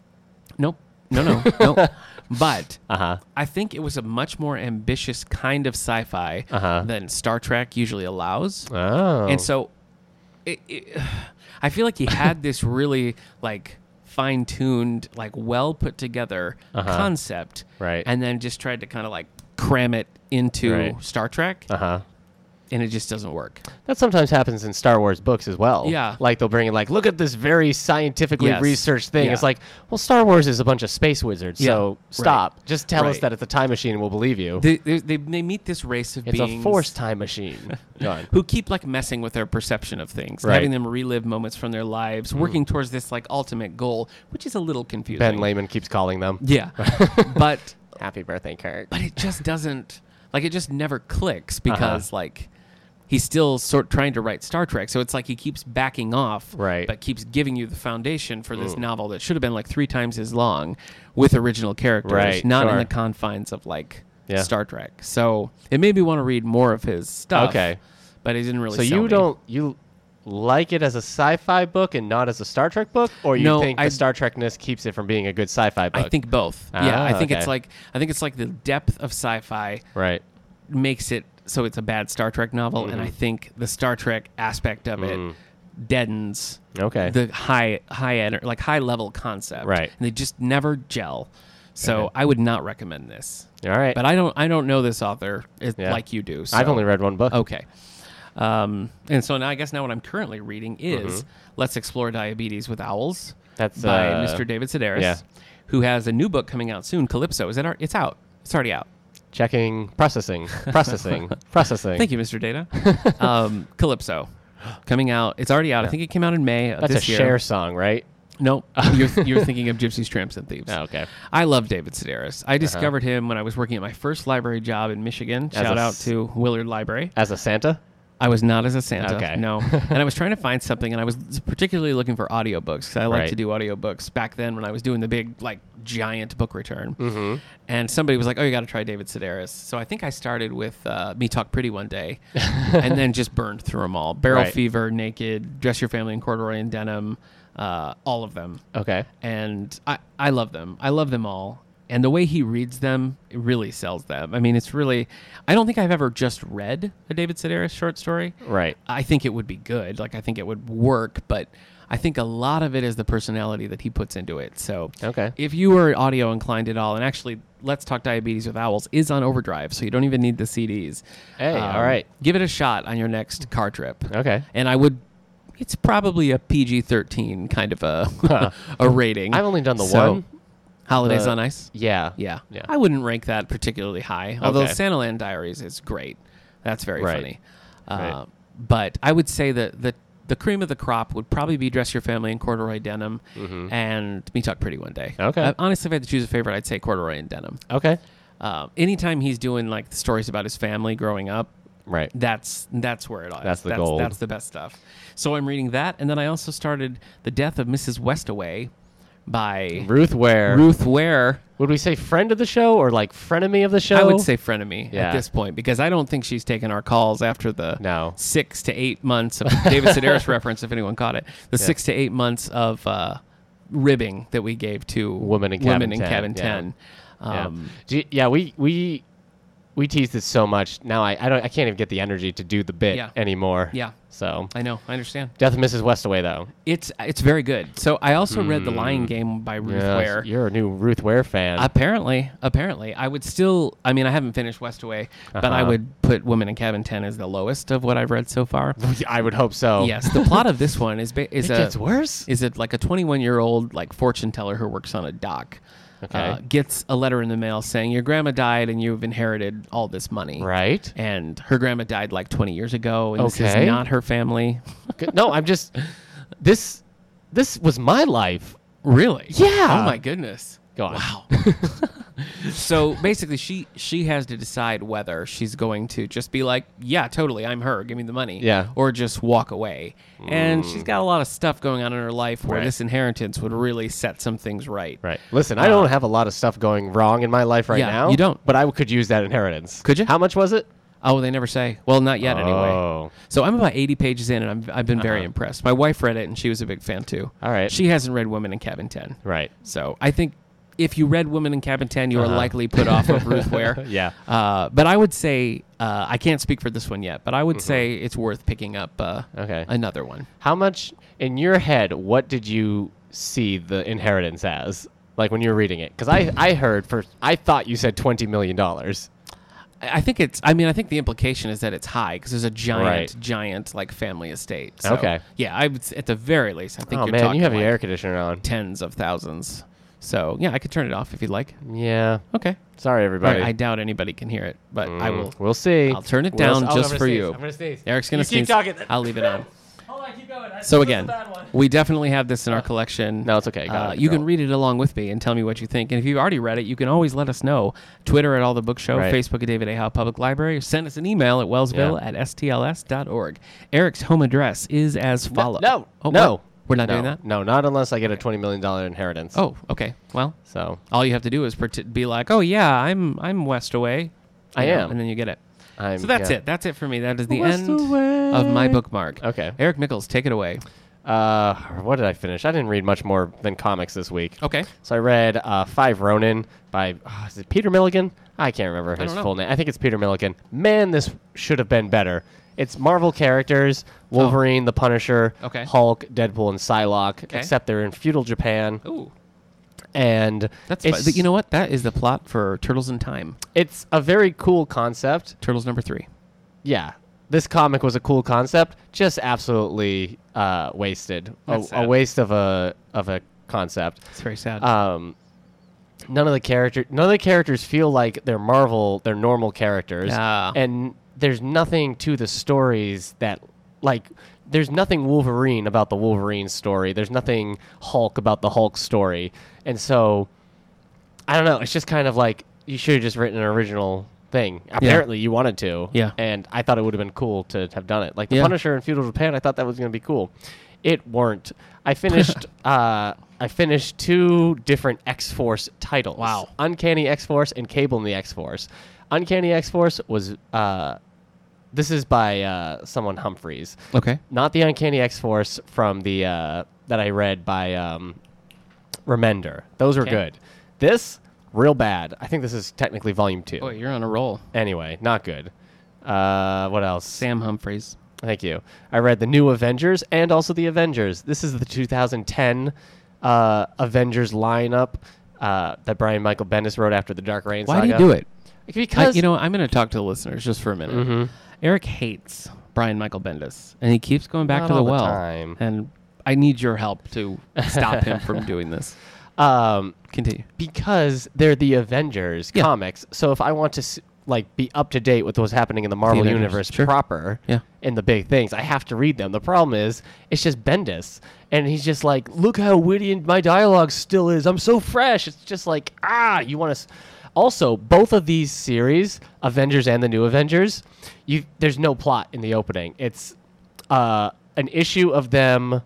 S2: Nope, no, no, no. But
S1: Uh huh.
S2: I think it was a much more ambitious kind of sci-fi
S1: Uh-huh.
S2: than Star Trek usually allows.
S1: Oh.
S2: And so, it, it, I feel like he had this really like fine-tuned, like well put together concept,
S1: Uh-huh. Right.
S2: And then just tried to kind of like cram it into
S1: Right.
S2: Star Trek,
S1: Uh huh.
S2: and it just doesn't work.
S1: That sometimes happens in Star Wars books as well.
S2: Yeah.
S1: Like they'll bring in like, look at this very scientifically
S2: Yes.
S1: researched thing.
S2: Yeah.
S1: It's like, well, Star Wars is a bunch of space wizards, so
S2: Yeah.
S1: stop.
S2: Right.
S1: Just tell us
S2: Right.
S1: that it's a time machine and we'll believe you.
S2: They, they, they, they meet this race of
S1: it's
S2: beings
S1: a forced time machine. Go on.
S2: who keep like messing with their perception of things,
S1: Right. Hmm.
S2: having them relive moments from their lives, working towards this like ultimate goal, which is a little confusing.
S1: Ben Lehman keeps calling them.
S2: Yeah, but
S1: Happy birthday, Kirk.
S2: but it just doesn't like it just never clicks
S1: Uh-huh.
S2: because like he's still sort trying to write Star Trek, so it's like he keeps backing off,
S1: Right. Hmm.
S2: But keeps giving you the foundation for this novel that should have been like three times as long with original characters,
S1: Right,
S2: not in
S1: sure.
S2: the confines of like
S1: Yeah.
S2: Star Trek. So it made me want to read more of his stuff.
S1: Okay.
S2: but it didn't really.
S1: So
S2: sell
S1: you
S2: me.
S1: don't you like it as a sci-fi book and not as a Star Trek book, or you
S2: No,
S1: think
S2: I-
S1: the Star Trekness keeps it from being a good sci-fi book?
S2: I think both. yeah,
S1: Ah,
S2: I think
S1: okay.
S2: it's like I think it's like the depth of sci-fi
S1: right.
S2: makes it so it's a bad Star Trek novel, and
S1: Mm-hmm.
S2: I think the Star Trek aspect of it deadens
S1: Mm. Okay.
S2: the high high ener- like high level concept,
S1: Right.
S2: And they just never gel. So I would not recommend this.
S1: All right.
S2: But I don't I don't know this author it,
S1: Yeah.
S2: like you do. So. Oh.
S1: I've only read one book.
S2: okay. Um, and so now I guess now what I'm currently reading is Let's Explore Diabetes with Owls.
S1: Mm-hmm. That's,
S2: by
S1: uh,
S2: Mr. David Sedaris,
S1: yeah.
S2: who has a new book coming out soon, Calypso. Is that our, it's out? It's already out.
S1: Checking, processing, processing, processing.
S2: Thank you, Mr. Data. um, Calypso coming out. It's already out. I think it came out in May of
S1: That's
S2: this
S1: a
S2: year.
S1: share song, right?
S2: Nope. You're, you're thinking of Gypsies, Tramps, and Thieves.
S1: Oh, okay. Uh-huh.
S2: I love David Sedaris. I discovered him when I was working at my first library job in Michigan.
S1: As a
S2: Shout out
S1: s-
S2: to Willard Library.
S1: As a Santa?
S2: I was not as a Santa.
S1: Okay.
S2: No. and I was trying to find something, and I was particularly looking for audiobooks because I like
S1: Right.
S2: to do audiobooks back then when I was doing the big, like, giant book return. Mm-hmm. And somebody was like, oh, you got to try David Sedaris. So I think I started with uh, Me Talk Pretty one day and then just burned through them all Barrel
S1: Right.
S2: Fever, Naked, Dress Your Family in Corduroy and Denim, uh, all of them
S1: Okay.
S2: and I, I love them. I love them all. And the way he reads them it really sells them. I mean, it's really, I don't think I've ever just read a David Sedaris short story.
S1: Right.
S2: I think it would be good. Like, I think it would work, but I think a lot of it is the personality that he puts into it. So,
S1: Okay.
S2: if you are audio inclined at all, and actually, Let's Talk Diabetes with Owls is on overdrive, so you don't even need the CDs.
S1: Hey, all right.
S2: Give it a shot on your next car trip.
S1: Okay.
S2: And I would. It's probably a PG thirteen kind of a a rating.
S1: I've only done the
S2: So,
S1: one.
S2: Holidays
S1: The-
S2: on Ice.
S1: Yeah.
S2: Yeah.
S1: Yeah.
S2: I wouldn't rank that particularly high. Although
S1: Okay.
S2: Santa Land Diaries is great. That's very
S1: Right.
S2: funny. Uh,
S1: Right.
S2: But I would say that the the cream of the crop would probably be Dress Your Family in Corduroy Denim and Me Talk Pretty One Day.
S1: Mm-hmm. Okay.
S2: Uh, honestly, if I had to choose a favorite, I'd say Corduroy and Denim.
S1: Okay.
S2: Uh, anytime he's doing like the stories about his family growing up,
S1: Right.
S2: that's that's where it all.
S1: That's the
S2: that's,
S1: gold.
S2: That's the best stuff. So I'm reading that, and then I also started The Death of Mrs. Westaway by
S1: Ruth Ware.
S2: Ruth Ware.
S1: Would we say friend of the show or like frenemy of the show?
S2: I would say frenemy
S1: Yeah.
S2: at this point because I don't think she's taken our calls after the
S1: No.
S2: six to eight months of David Sedaris reference, if anyone caught it, the six to eight months of uh, ribbing that we gave to
S1: Women in Cabin 10, yeah.
S2: 10.
S1: Yeah.
S2: Um,
S1: Do you- yeah, we we we teased it so much. Now I, I don't I can't even get the energy to do the bit
S2: Yeah.
S1: anymore.
S2: Yeah.
S1: So
S2: I know, I understand.
S1: Death of Mrs. Westaway though.
S2: It's it's very good. So I also read The
S1: Hmm.
S2: Lion Game by Ruth
S1: Yeah,
S2: Ware.
S1: You're a new Ruth Ware fan.
S2: Apparently, apparently, I would still. I mean, I haven't finished Westaway, but I
S1: Uh-huh.
S2: would put Women in Cabin Ten as the lowest of what I've read so far.
S1: I would hope so.
S2: Yes, the plot of this one is ba- is
S1: Oh. It
S2: a
S1: gets worse?
S2: Is it like a 21 year old like fortune teller who works on a dock? uh,
S1: Okay.
S2: gets a letter in the mail saying your grandma died and you've inherited all this money.
S1: Right.
S2: And her grandma died like 20 years ago, and this
S1: Okay.
S2: is not her family.
S1: Good- no, I'm just this this was my life.
S2: Really?
S1: Yeah.
S2: Oh my goodness.
S1: Go on.
S2: Wow. so basically, she she has to decide whether she's going to just be like, yeah, totally, I'm her, give me the money,
S1: Yeah. Mm.
S2: or just walk away. And she's got a lot of stuff going on in her life where
S1: Right.
S2: this inheritance would really set some things right.
S1: Right. Listen, I don't have a lot of stuff going wrong in my life right
S2: Yeah,
S1: now.
S2: you don't.
S1: But I could use that inheritance.
S2: Could you?
S1: How much was it?
S2: Oh, they never say. Well, not yet,
S1: Oh. Uh-huh.
S2: anyway. So I'm about 80 pages in, and I'm, I've been very impressed. My wife read it, and she was a big fan too.
S1: All right.
S2: She hasn't read Women in Cabin 10.
S1: Right.
S2: So I think if you read Women in Cabin 10, you are likely put off of Ruth Ware.
S1: Uh-huh. Yeah.
S2: Uh, but I would say, uh, I can't speak for this one yet, but I would say it's worth picking up uh,
S1: Mm-hmm. Okay.
S2: another one.
S1: How much in your head? What did you see the inheritance as? Like when you were reading it, because I I heard first. I thought you said twenty million dollars.
S2: I I think it's. I mean, I think the implication is that it's high because there's a giant,
S1: Right.
S2: giant like family estate. So,
S1: Okay.
S2: Yeah, I would, s- at the very least, I think
S1: Oh
S2: you're
S1: man,
S2: talking
S1: you have
S2: like
S1: your air conditioner on.
S2: tens of thousands. So yeah, I could turn it off if you'd like.
S1: Mm. Yeah.
S2: Okay.
S1: Sorry,
S2: Oh. All right,
S1: everybody. Mm,
S2: I doubt anybody can hear it, but I will.
S1: We'll see.
S2: I'll turn it
S1: We'll s-
S2: down
S1: oh,
S2: just
S1: I'm gonna
S2: for
S1: sneeze.
S2: you.
S1: I'm gonna sneeze.
S2: Eric's gonna
S1: You
S2: sneeze.
S1: Keep talking. then.
S2: I'll leave it on.
S1: Hold on, keep going. I-
S2: So
S1: this is a
S2: again,
S1: bad one. Uh,
S2: we definitely have this in our collection.
S1: No, it's okay. Got it
S2: Uh,
S1: under
S2: you can
S1: control.
S2: read it along with me and tell me what you think. And if you've already read it, you can always let us know. Twitter at All the Book Show,
S1: Right.
S2: Facebook at David A. Howe Public Library, or send us an email at wellsville
S1: Yeah.
S2: at stls.org. Eric's home address is as follows.
S1: No,
S2: Oh,
S1: no,
S2: what? We're not
S1: No.
S2: doing that?
S1: No, not unless I get a twenty million dollar inheritance.
S2: Oh, okay. Well,
S1: so
S2: all you have to do is pret be like, oh, yeah, I'm I'm Westaway. You
S1: I am.
S2: And then you get it.
S1: I'm,
S2: So that's
S1: yeah.
S2: it. That's it for me. That is the
S1: West
S2: end
S1: away.
S2: of my bookmark.
S1: Okay.
S2: Eric Mickles, take it away.
S1: Uh, what did I finish? I didn't read much more than comics this week.
S2: Okay.
S1: So I read uh, Five Ronin by uh, is it Peter Milligan? I can't remember his
S2: don't know.
S1: full name. I think it's Peter Milligan. Man, this should have been better. It's Marvel characters: Wolverine, the Punisher,
S2: Oh. Okay.
S1: Hulk, Deadpool, and Psylocke. Except they're in feudal Japan,
S2: Ooh.
S1: and
S2: That's
S1: it's,
S2: fun. you know what? That is the plot for Turtles in Time.
S1: it's a very cool concept.
S2: Turtles number three.
S1: Yeah, this comic was a cool concept, just absolutely uh, wasted. A,
S2: That's
S1: a
S2: sad.
S1: waste of a of a concept.
S2: It's very sad.
S1: Um, none of the character, none of the characters feel like they're Marvel, they're normal characters,
S2: Yeah.
S1: and there's nothing to the stories that like. There's nothing Wolverine about the Wolverine story. There's nothing Hulk about the Hulk story, and so I don't know. It's just kind of like you should have just written an original thing. Apparently, you wanted to.
S2: Yeah.
S1: And I thought it would have been cool to have done it. Like the
S2: Yeah.
S1: Punisher in Feudal Japan, I thought that was going to be cool. It weren't. I finished. uh, I finished two different X Force titles.
S2: Wow.
S1: Uncanny X Force and Cable in the X Force. Uncanny X Force was. Uh, this is by uh, someone Humphreys
S2: okay.
S1: not the Uncanny X Force from the uh, that I read by um, Remender. Those were
S2: Okay.
S1: good. This real bad. I think this is technically volume two.
S2: Boy, you're on a roll.
S1: Anyway, not good. Uh, what else?
S2: Sam Humphreys.
S1: Thank you. I read the new Avengers and also the Avengers. This is the 2010 uh, Avengers lineup uh, that Brian Michael Bendis wrote after the Dark Reign
S2: Why do
S1: saga.
S2: you do it? I,
S1: Because
S2: you know, I'm going to talk to the listeners just for a minute. Eric hates Brian Michael Bendis, and he keeps going back
S1: Not
S2: to the
S1: all the
S2: well.
S1: time.
S2: And I need your help to stop him from doing this.
S1: um,
S2: Continue.
S1: because they're the Avengers
S2: Yeah.
S1: comics. So if I want to s- like be up to date with what's happening in the Marvel
S2: Avengers,
S1: universe
S2: sure.
S1: proper
S2: Yeah.
S1: and the big things, I have to read them. The problem is it's just Bendis and he's just like, "Look how witty and my dialogue still is. I'm so fresh." It's just like, "Ah, you want to s- Also, both of these series, Avengers and the New Avengers, you there's no plot in the opening. It's uh, an issue of them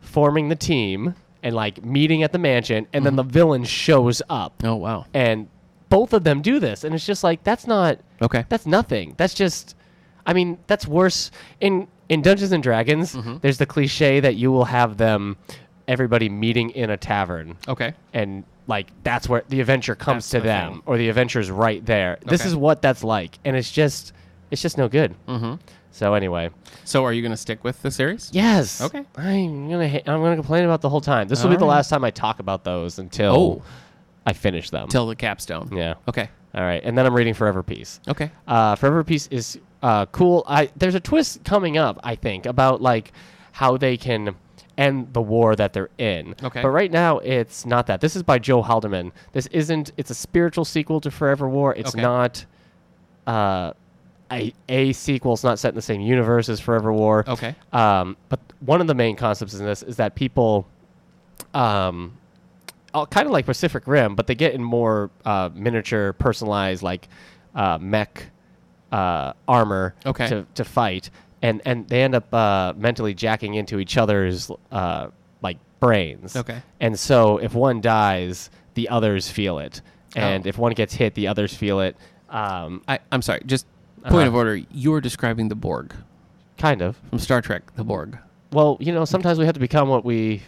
S1: forming the team and like meeting at the mansion and then the villain shows up
S2: Mm-hmm. Oh, wow.
S1: and both of them do this and it's just like that's not
S2: Okay.
S1: that's nothing that's just i mean that's worse in in dungeons and dragons
S2: Mm-hmm.
S1: there's the cliche that you will have them everybody meeting in a tavern
S2: Okay.
S1: and like that's where the adventure comes
S2: Oh. That's
S1: to
S2: the
S1: them
S2: thing.
S1: or the adventure's right there this
S2: Okay.
S1: is what that's like and it's just it's just no good mm-hmm. so anyway
S2: So are you going to stick with the series?
S1: Yes.
S2: Okay.
S1: I'm gonna ha- I'm gonna complain about the whole time. This will be the
S2: Alright.
S1: last time I talk about those until
S2: Oh.
S1: I finish them.
S2: Till the capstone.
S1: yeah.
S2: Okay.
S1: All right. And then I'm reading Forever Peace.
S2: Okay.
S1: Uh, Forever Peace is uh, cool. I there's a twist coming up. I think about like how they can end the war that they're in.
S2: Okay.
S1: But right now it's not that. This is by Joe Haldeman. This isn't. It's a spiritual sequel to Forever War. It's
S2: Okay.
S1: not. Uh, a, a sequel. It's not set in the same universe as Forever War.
S2: Okay.
S1: Um, but one of the main concepts in this is that people, um, kind of like Pacific Rim, but they get in more uh, miniature, personalized, like uh, mech uh, armor
S2: Okay.
S1: to, to fight, and and they end up uh, mentally jacking into each other's uh, like brains.
S2: Okay.
S1: And so if one dies, the others feel it, and
S2: Oh.
S1: if one gets hit, the others feel it. Um,
S2: I, I'm sorry. Just point of order. You are describing the Borg
S1: kind of.
S2: from Star Trek. The Borg.
S1: Well, you know, sometimes we have to become what we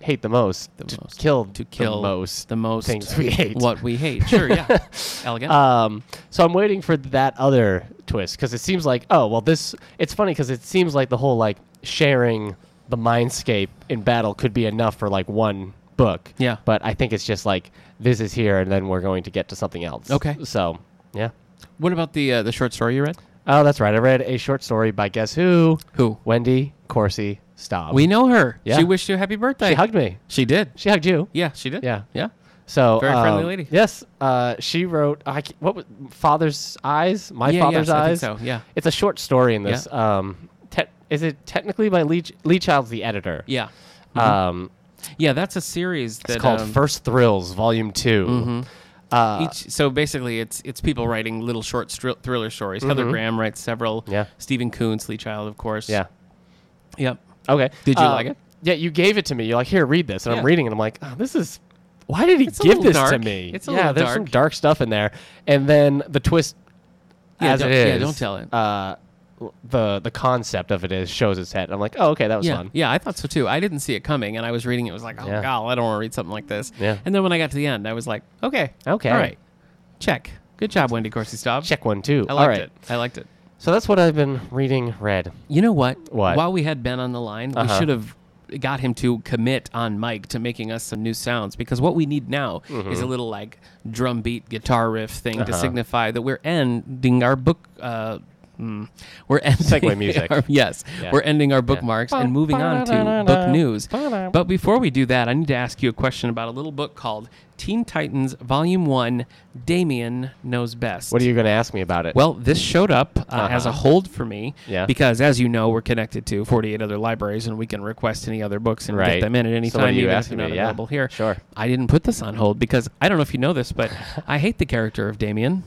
S1: hate the most.
S2: The
S1: to
S2: most.
S1: Kill
S2: To kill
S1: the most.
S2: the most
S1: things we hate.
S2: What we hate. Uh, Sure. Yeah. Elegant.
S1: Um, so I'm waiting for that other twist because it seems like oh well this it's funny because it seems like the whole like sharing the mindscape in battle could be enough for like one book.
S2: Yeah.
S1: But I think it's just like this is here and then we're going to get to something else.
S2: Okay.
S1: So yeah.
S2: what about the uh, the short story you read?
S1: Oh, that's right. I read a short story by guess who?
S2: Who?
S1: Wendy Corsi Staub.
S2: We know her.
S1: Yeah.
S2: She wished you a happy birthday.
S1: She hugged me.
S2: She did.
S1: She hugged you.
S2: Yeah, she did.
S1: Yeah.
S2: Yeah.
S1: So
S2: Very friendly
S1: um,
S2: lady.
S1: Yes, uh, she wrote. I ca- what was father's eyes? My
S2: Yeah,
S1: father's
S2: yes, I think
S1: eyes.
S2: so, yeah.
S1: it's a short story in this. Um, te- is it technically by Lee, Ch- Lee Child's the editor?
S2: Yeah.
S1: Um,
S2: Yeah, that's a series that
S1: it's called
S2: um, Mm-hmm.
S1: First Thrills, Volume Uh, 2
S2: each so basically it's it's people writing little short stri- thriller stories. Heather Graham writes several.
S1: Yeah.
S2: Stephen Koontz, Lee Child, of course.
S1: Yeah.
S2: Yep.
S1: Okay. Uh,
S2: Did you like it?
S1: Yeah, you gave it to me. You're like, here, read this, and I'm
S2: Yeah.
S1: reading it. I'm like, oh, this is. Why did he
S2: It's a
S1: give
S2: little
S1: this to
S2: dark.
S1: me?
S2: It's a
S1: yeah,
S2: little
S1: there's some
S2: dark.
S1: dark stuff in there, and then the twist.
S2: Yeah,
S1: as
S2: don't-
S1: it is,
S2: yeah, don't tell it.
S1: Uh, the the concept of it is shows its head. I'm like, oh, okay, that was
S2: Yeah.
S1: fun.
S2: Yeah, I thought so too. I didn't see it coming, and I was reading it. it was like, oh
S1: Yeah.
S2: god, I don't want to read something like this.
S1: Yeah.
S2: And then when I got to the end, I was like, okay,
S1: Okay.
S2: all right, check. Good job, Wendy Corsi Staub.
S1: Check one too.
S2: I
S1: All
S2: liked
S1: right.
S2: it. I liked it.
S1: So that's what I've been reading. Read.
S2: You know what?
S1: What? Uh-huh.
S2: While we had Ben on the line, we should have got him to commit on mic to making us some new sounds because what we need now is
S1: Mm-hmm.
S2: a little
S1: Uh-huh.
S2: like drum beat guitar riff thing to signify that we're ending our book uh, Mm. We're ending
S1: Segway music.
S2: our- yes,
S1: Yeah.
S2: we're ending our bookmarks and moving on to book news. But before we do that, I need to ask you a question about a little book called Teen Titans Volume One: Damien Knows Best.
S1: What are you going to ask me about it?
S2: Well, this showed up uh, as a hold for me
S1: Uh-huh. Yeah.
S2: because, as you know, we're connected to 48 other libraries and we can request any other books and
S1: Right.
S2: get them in at any
S1: So what are
S2: time,
S1: you
S2: even if
S1: asking
S2: they're not
S1: me? Yeah.
S2: available here.
S1: Sure.
S2: I didn't put this on hold because I don't know if you know this, but I hate the character of Damien.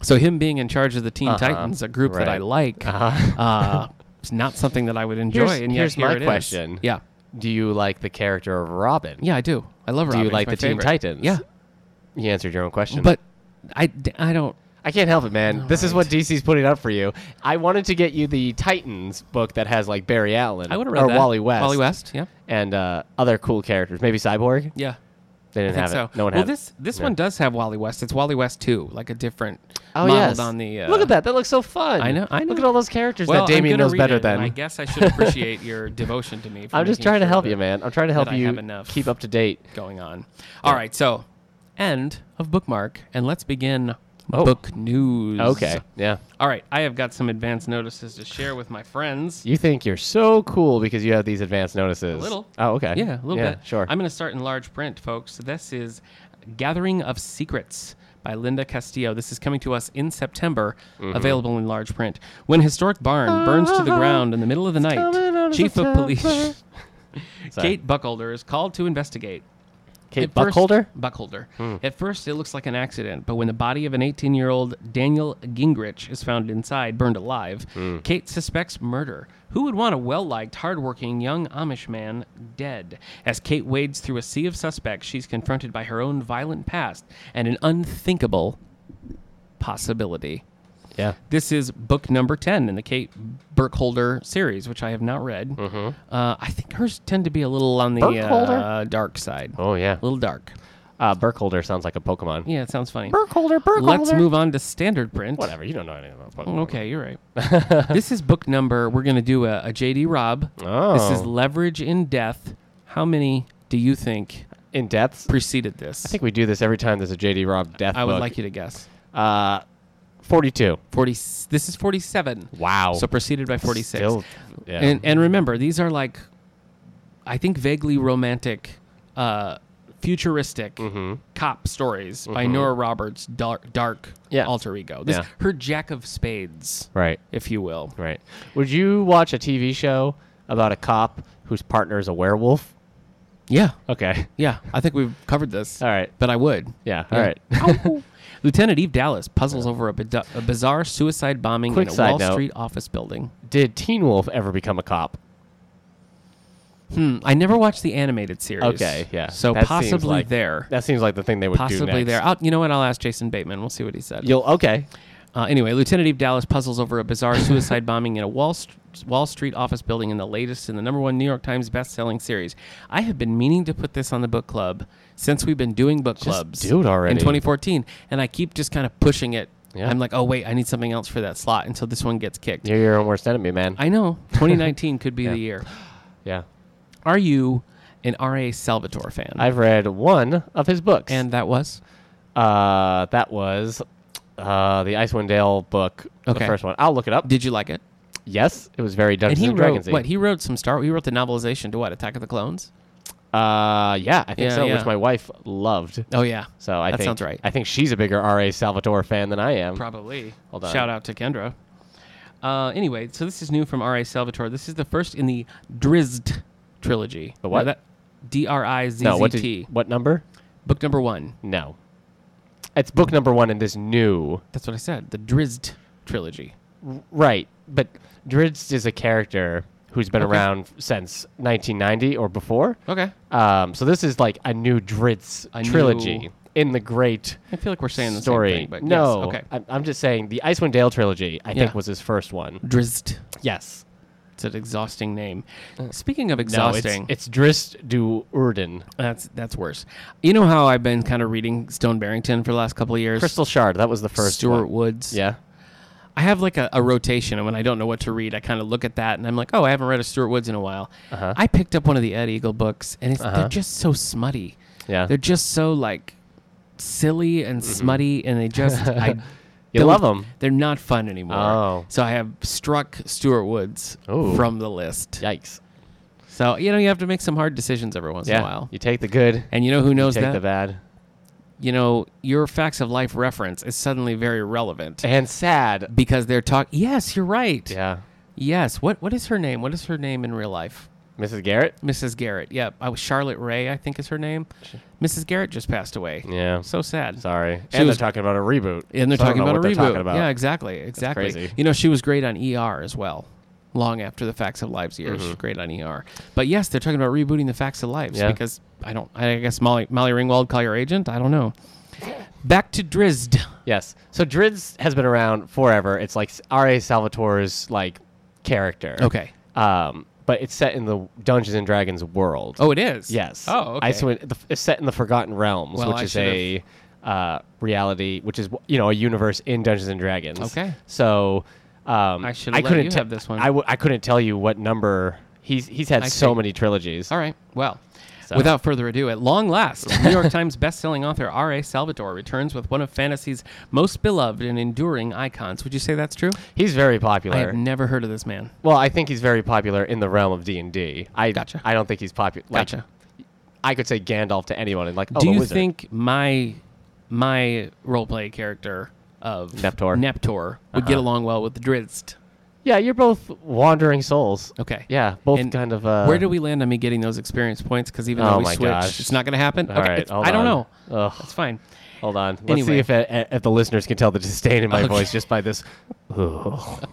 S2: So him being in charge of the Teen Titans, a group that
S1: Uh-huh.
S2: I
S1: Right.
S2: like, uh-huh. it's not something that I would enjoy.
S1: Here's-
S2: and yet
S1: here's
S2: here
S1: my
S2: it is.
S1: question.
S2: Yeah,
S1: do you like the character of Robin?
S2: yeah, I do. I love.
S1: Do you
S2: Robin. He's
S1: like
S2: my
S1: the Teen
S2: favorite.
S1: Titans?
S2: Yeah,
S1: You answered your own question.
S2: but I, I don't.
S1: I can't help it, man. This is what DC's putting up for you. I wanted to get you the Titans book that has like Barry Allen
S2: I would have read
S1: or
S2: that.
S1: Wally West,
S2: Wally West. Yeah,
S1: and uh, other cool characters. Maybe Cyborg.
S2: yeah.
S1: They
S2: I
S1: didn't
S2: think
S1: have
S2: so.
S1: it. No one
S2: well,
S1: had it.
S2: this this
S1: No.
S2: one does have Wally West. It's Wally West too, like a different
S1: Oh
S2: modeled
S1: yes.
S2: on the. Uh,
S1: Look at that. That looks so fun.
S2: I know. I know.
S1: Look at all those characters
S2: Well,
S1: that Damien
S2: I'm gonna
S1: knows
S2: read
S1: better
S2: it,
S1: than.
S2: and I guess I should appreciate your devotion to me. For
S1: I'm just
S2: making
S1: trying to
S2: sure
S1: help
S2: that
S1: you, man. I'm trying to help
S2: I have
S1: you
S2: enough.
S1: keep up to date.
S2: Going on. All right, so end of bookmark, and let's begin
S1: Oh.
S2: book news.
S1: Okay. Yeah.
S2: All right, I have got some advance notices to share with my friends.
S1: You think you're so cool because you have these advance notices.
S2: A little.
S1: Oh, okay.
S2: Yeah, a little bit.
S1: Sure.
S2: I'm going to start in large print, folks. This is Gathering of Secrets by Linda Castillo. This is coming to us in September,
S1: Mm-hmm.
S2: available in large print. When historic barn burns to the ground in the middle of the
S1: Uh-huh. coming out
S2: night,
S1: of
S2: Chief
S1: the
S2: of
S1: temper.
S2: Police
S1: Sorry.
S2: Kate Buckholder is called to investigate.
S1: Kate
S2: At first-
S1: Buckholder. Hmm.
S2: Buckholder. At first, it looks like an accident, but when the body of an 18 year old Daniel Gingrich is found inside, burned alive,
S1: Hmm.
S2: Kate suspects murder. Who would want a well liked, hardworking young Amish man dead? As Kate wades through a sea of suspects, she's confronted by her own violent past and an unthinkable possibility.
S1: Yeah.
S2: This is book number 10 in the Kate Burkholder series, which I have not read. Uh, I think hers tend to be a little on the uh,
S1: Mm-hmm. Burkholder?
S2: dark side.
S1: Oh yeah.
S2: A little dark.
S1: Uh, Burkholder sounds like a Pokemon.
S2: Yeah, it sounds funny.
S1: Burkholder. Burkholder.
S2: Let's move on to standard print.
S1: Whatever. You don't know anything about Pokemon.
S2: Okay, you're right. this is book number. We're going to do a, a JD Robb. This is
S1: Oh.
S2: Leverage in Death. How many do you think
S1: In depth.
S2: preceded this?
S1: I think we do this every time there's a JD Robb death.
S2: I would
S1: book.
S2: like you to guess.
S1: Uh, 42.
S2: 40 This is 47.
S1: Wow.
S2: So preceded by 46.
S1: Oh. Still- yeah.
S2: And and remember, these are like I think vaguely romantic uh futuristic
S1: Mm-hmm.
S2: cop stories by Nora Roberts dark dark
S1: Yeah.
S2: alter ego. This
S1: Yeah.
S2: her jack of spades,
S1: Right.
S2: if you will.
S1: Right. Would you watch a TV show about a cop whose partner is a werewolf?
S2: Yeah.
S1: Okay.
S2: Yeah, I think we've covered this.
S1: All right.
S2: But I would.
S1: Yeah. All right.
S2: Ow. Lieutenant Eve Dallas puzzles over a, bida- a bizarre suicide bombing
S1: Quick
S2: in a
S1: side
S2: Wall
S1: note.
S2: Street office building.
S1: Did Teen Wolf ever become a cop?
S2: Hmm, I never watched the animated series.
S1: Okay. Yeah.
S2: So
S1: That seems
S2: possibly
S1: like-
S2: there.
S1: That seems like the thing they would do
S2: possibly
S1: next.
S2: there. I'll, you know what? I'll ask Jason Bateman. We'll see what he said.
S1: You'll okay.
S2: Uh, anyway, Lieutenant Eve Dallas puzzles over a bizarre suicide bombing in a Wall, St- Wall Street office building in the latest in the number one New York Times best-selling series. I have been meaning to put this on the book club since we've been doing book clubs
S1: do it already.
S2: in 2014, and I keep just kind of pushing it.
S1: Yeah.
S2: I'm like, oh wait, I need something else for that slot, and so this one gets kicked.
S1: You're your own worst enemy, man.
S2: I know 2019 could be the year.
S1: yeah.
S2: Are you an R.A. Salvatore fan?
S1: I've read one of his books,
S2: and that was
S1: uh, that was uh, the Icewind Dale book, the
S2: Okay.
S1: first one. I'll look it up.
S2: did you like it?
S1: yes, it was very Dungeons
S2: and he
S1: and Dragons.
S2: wrote what he wrote some Star. He wrote the novelization to what Attack of the Clones.
S1: Uh, yeah, I think
S2: Yeah,
S1: so.
S2: yeah.
S1: Which my wife loved.
S2: Oh yeah,
S1: So I
S2: that
S1: think
S2: sounds right.
S1: I think she's a bigger R.A. Salvatore fan than I am.
S2: Probably.
S1: Hold on.
S2: Shout out to Kendra. Uh, anyway, so this is new from R.A. Salvatore. This is the first in the Drizzt trilogy.
S1: The what?
S2: Now that- D R I Z
S1: no,
S2: Z
S1: what did-
S2: T.
S1: what number?
S2: Book number one.
S1: No, it's book number one in this new
S2: That's what I said. The Drizzt trilogy.
S1: right. But Drizzt is a character who's been
S2: Okay.
S1: around since 1990 or before.
S2: Okay.
S1: Um, so this is like a new Drizzt
S2: A
S1: trilogy
S2: new-
S1: in the great
S2: I feel like we're saying the
S1: story.
S2: same thing, but
S1: no,
S2: yes. Okay.
S1: I'm, I'm just saying the Icewind Dale trilogy. I
S2: Yeah.
S1: think was his first one.
S2: Drizzt.
S1: Yes.
S2: It's an exhausting name. Speaking of
S1: Uh, No,
S2: exhausting,
S1: it's, it's Drizzt du Urden.
S2: that's that's worse. You know how I've been kind of reading Stone Barrington for the last couple of years.
S1: Crystal Shard. That was the first
S2: Stuart
S1: one.
S2: Woods.
S1: Yeah.
S2: I have like a, a rotation, and when I don't know what to read, I kind of look at that, and I'm like, oh, I haven't read a Stuart Woods in a while.
S1: Uh-huh.
S2: I picked up one of the Ed Eagle books, and it's, they're just so smutty.
S1: Yeah. Mm-hmm.
S2: they're just so like silly and smutty, and they just I
S1: You
S2: don't-
S1: love 'em.
S2: They're not fun anymore.
S1: Oh.
S2: So I have struck Stuart Woods
S1: Ooh.
S2: from the list.
S1: Yikes.
S2: So, you know, you have to make some hard decisions every once
S1: Yeah.
S2: in a while.
S1: You take the good,
S2: And you know who knows
S1: take
S2: that?
S1: the bad.
S2: You know, your facts of life reference is suddenly very relevant
S1: And sad.
S2: because they're talking. Yes, you're right.
S1: Yeah.
S2: Yes. What What is her name? What is her name in real life?
S1: Mrs. Garrett?
S2: Mrs. Garrett. Yep. I was Charlotte Ray, I think is her name. Mrs. Garrett just passed away.
S1: Yeah.
S2: So sad.
S1: Sorry.
S2: She
S1: and
S2: was-
S1: they're talking about a reboot.
S2: And they're
S1: So I don't
S2: talking
S1: know
S2: about a
S1: what
S2: reboot.
S1: they're talking about.
S2: Yeah, exactly. Exactly.
S1: crazy.
S2: You know, she was great on ER as well. Long after the Facts of Lives
S1: Mm-hmm.
S2: years, she was great on ER. But yes, they're talking about rebooting the Facts of Lives
S1: Yeah.
S2: because I don't. I guess Molly Molly Ringwald call your agent. I don't know. Back to Drizzt.
S1: Yes. So Drids has been around forever. It's like R.A. Salvatore's like character.
S2: Okay.
S1: Um, but it's set in the Dungeons and Dragons world.
S2: Oh, it is.
S1: Yes.
S2: Oh, okay.
S1: I, so it- the, it's set in the Forgotten Realms,
S2: Well,
S1: which
S2: I
S1: is
S2: should've-
S1: a uh, reality, which is you know a universe in Dungeons and Dragons.
S2: Okay.
S1: So um,
S2: I should've let
S1: couldn't
S2: you
S1: te-
S2: have this one.
S1: I, w- I couldn't tell you what number he's he's had
S2: I
S1: so
S2: see.
S1: many trilogies.
S2: All right. Well,
S1: So-
S2: without further ado, at long last, New York Times bestselling author R.A. Salvatore returns with one of fantasy's most beloved and enduring icons. Would you say that's true?
S1: He's very
S2: I
S1: popular.
S2: have never heard of this man.
S1: well, I think he's very popular in the realm of D and D. I
S2: Gotcha.
S1: I don't think he's popular. Like,
S2: Gotcha.
S1: I could say Gandalf to anyone and like, oh,
S2: Do
S1: the
S2: you
S1: wizard.
S2: think my my roleplay character of
S1: Neptor. Uh-huh.
S2: Neptor would get along well with Drizzt?
S1: Yeah, you're both wandering souls.
S2: Okay.
S1: Yeah, both
S2: And
S1: kind of. Uh,
S2: where do we land on me getting those experience points? Because even
S1: Oh
S2: though we
S1: my
S2: switched,
S1: gosh.
S2: it's not going to happen.
S1: All
S2: okay,
S1: right,
S2: it's-
S1: hold
S2: I don't
S1: on.
S2: know.
S1: Ugh.
S2: That's fine.
S1: Hold on. Let's
S2: Anyway.
S1: see if, uh, if the listeners can tell the disdain in my
S2: Okay.
S1: voice just by this. Ugh.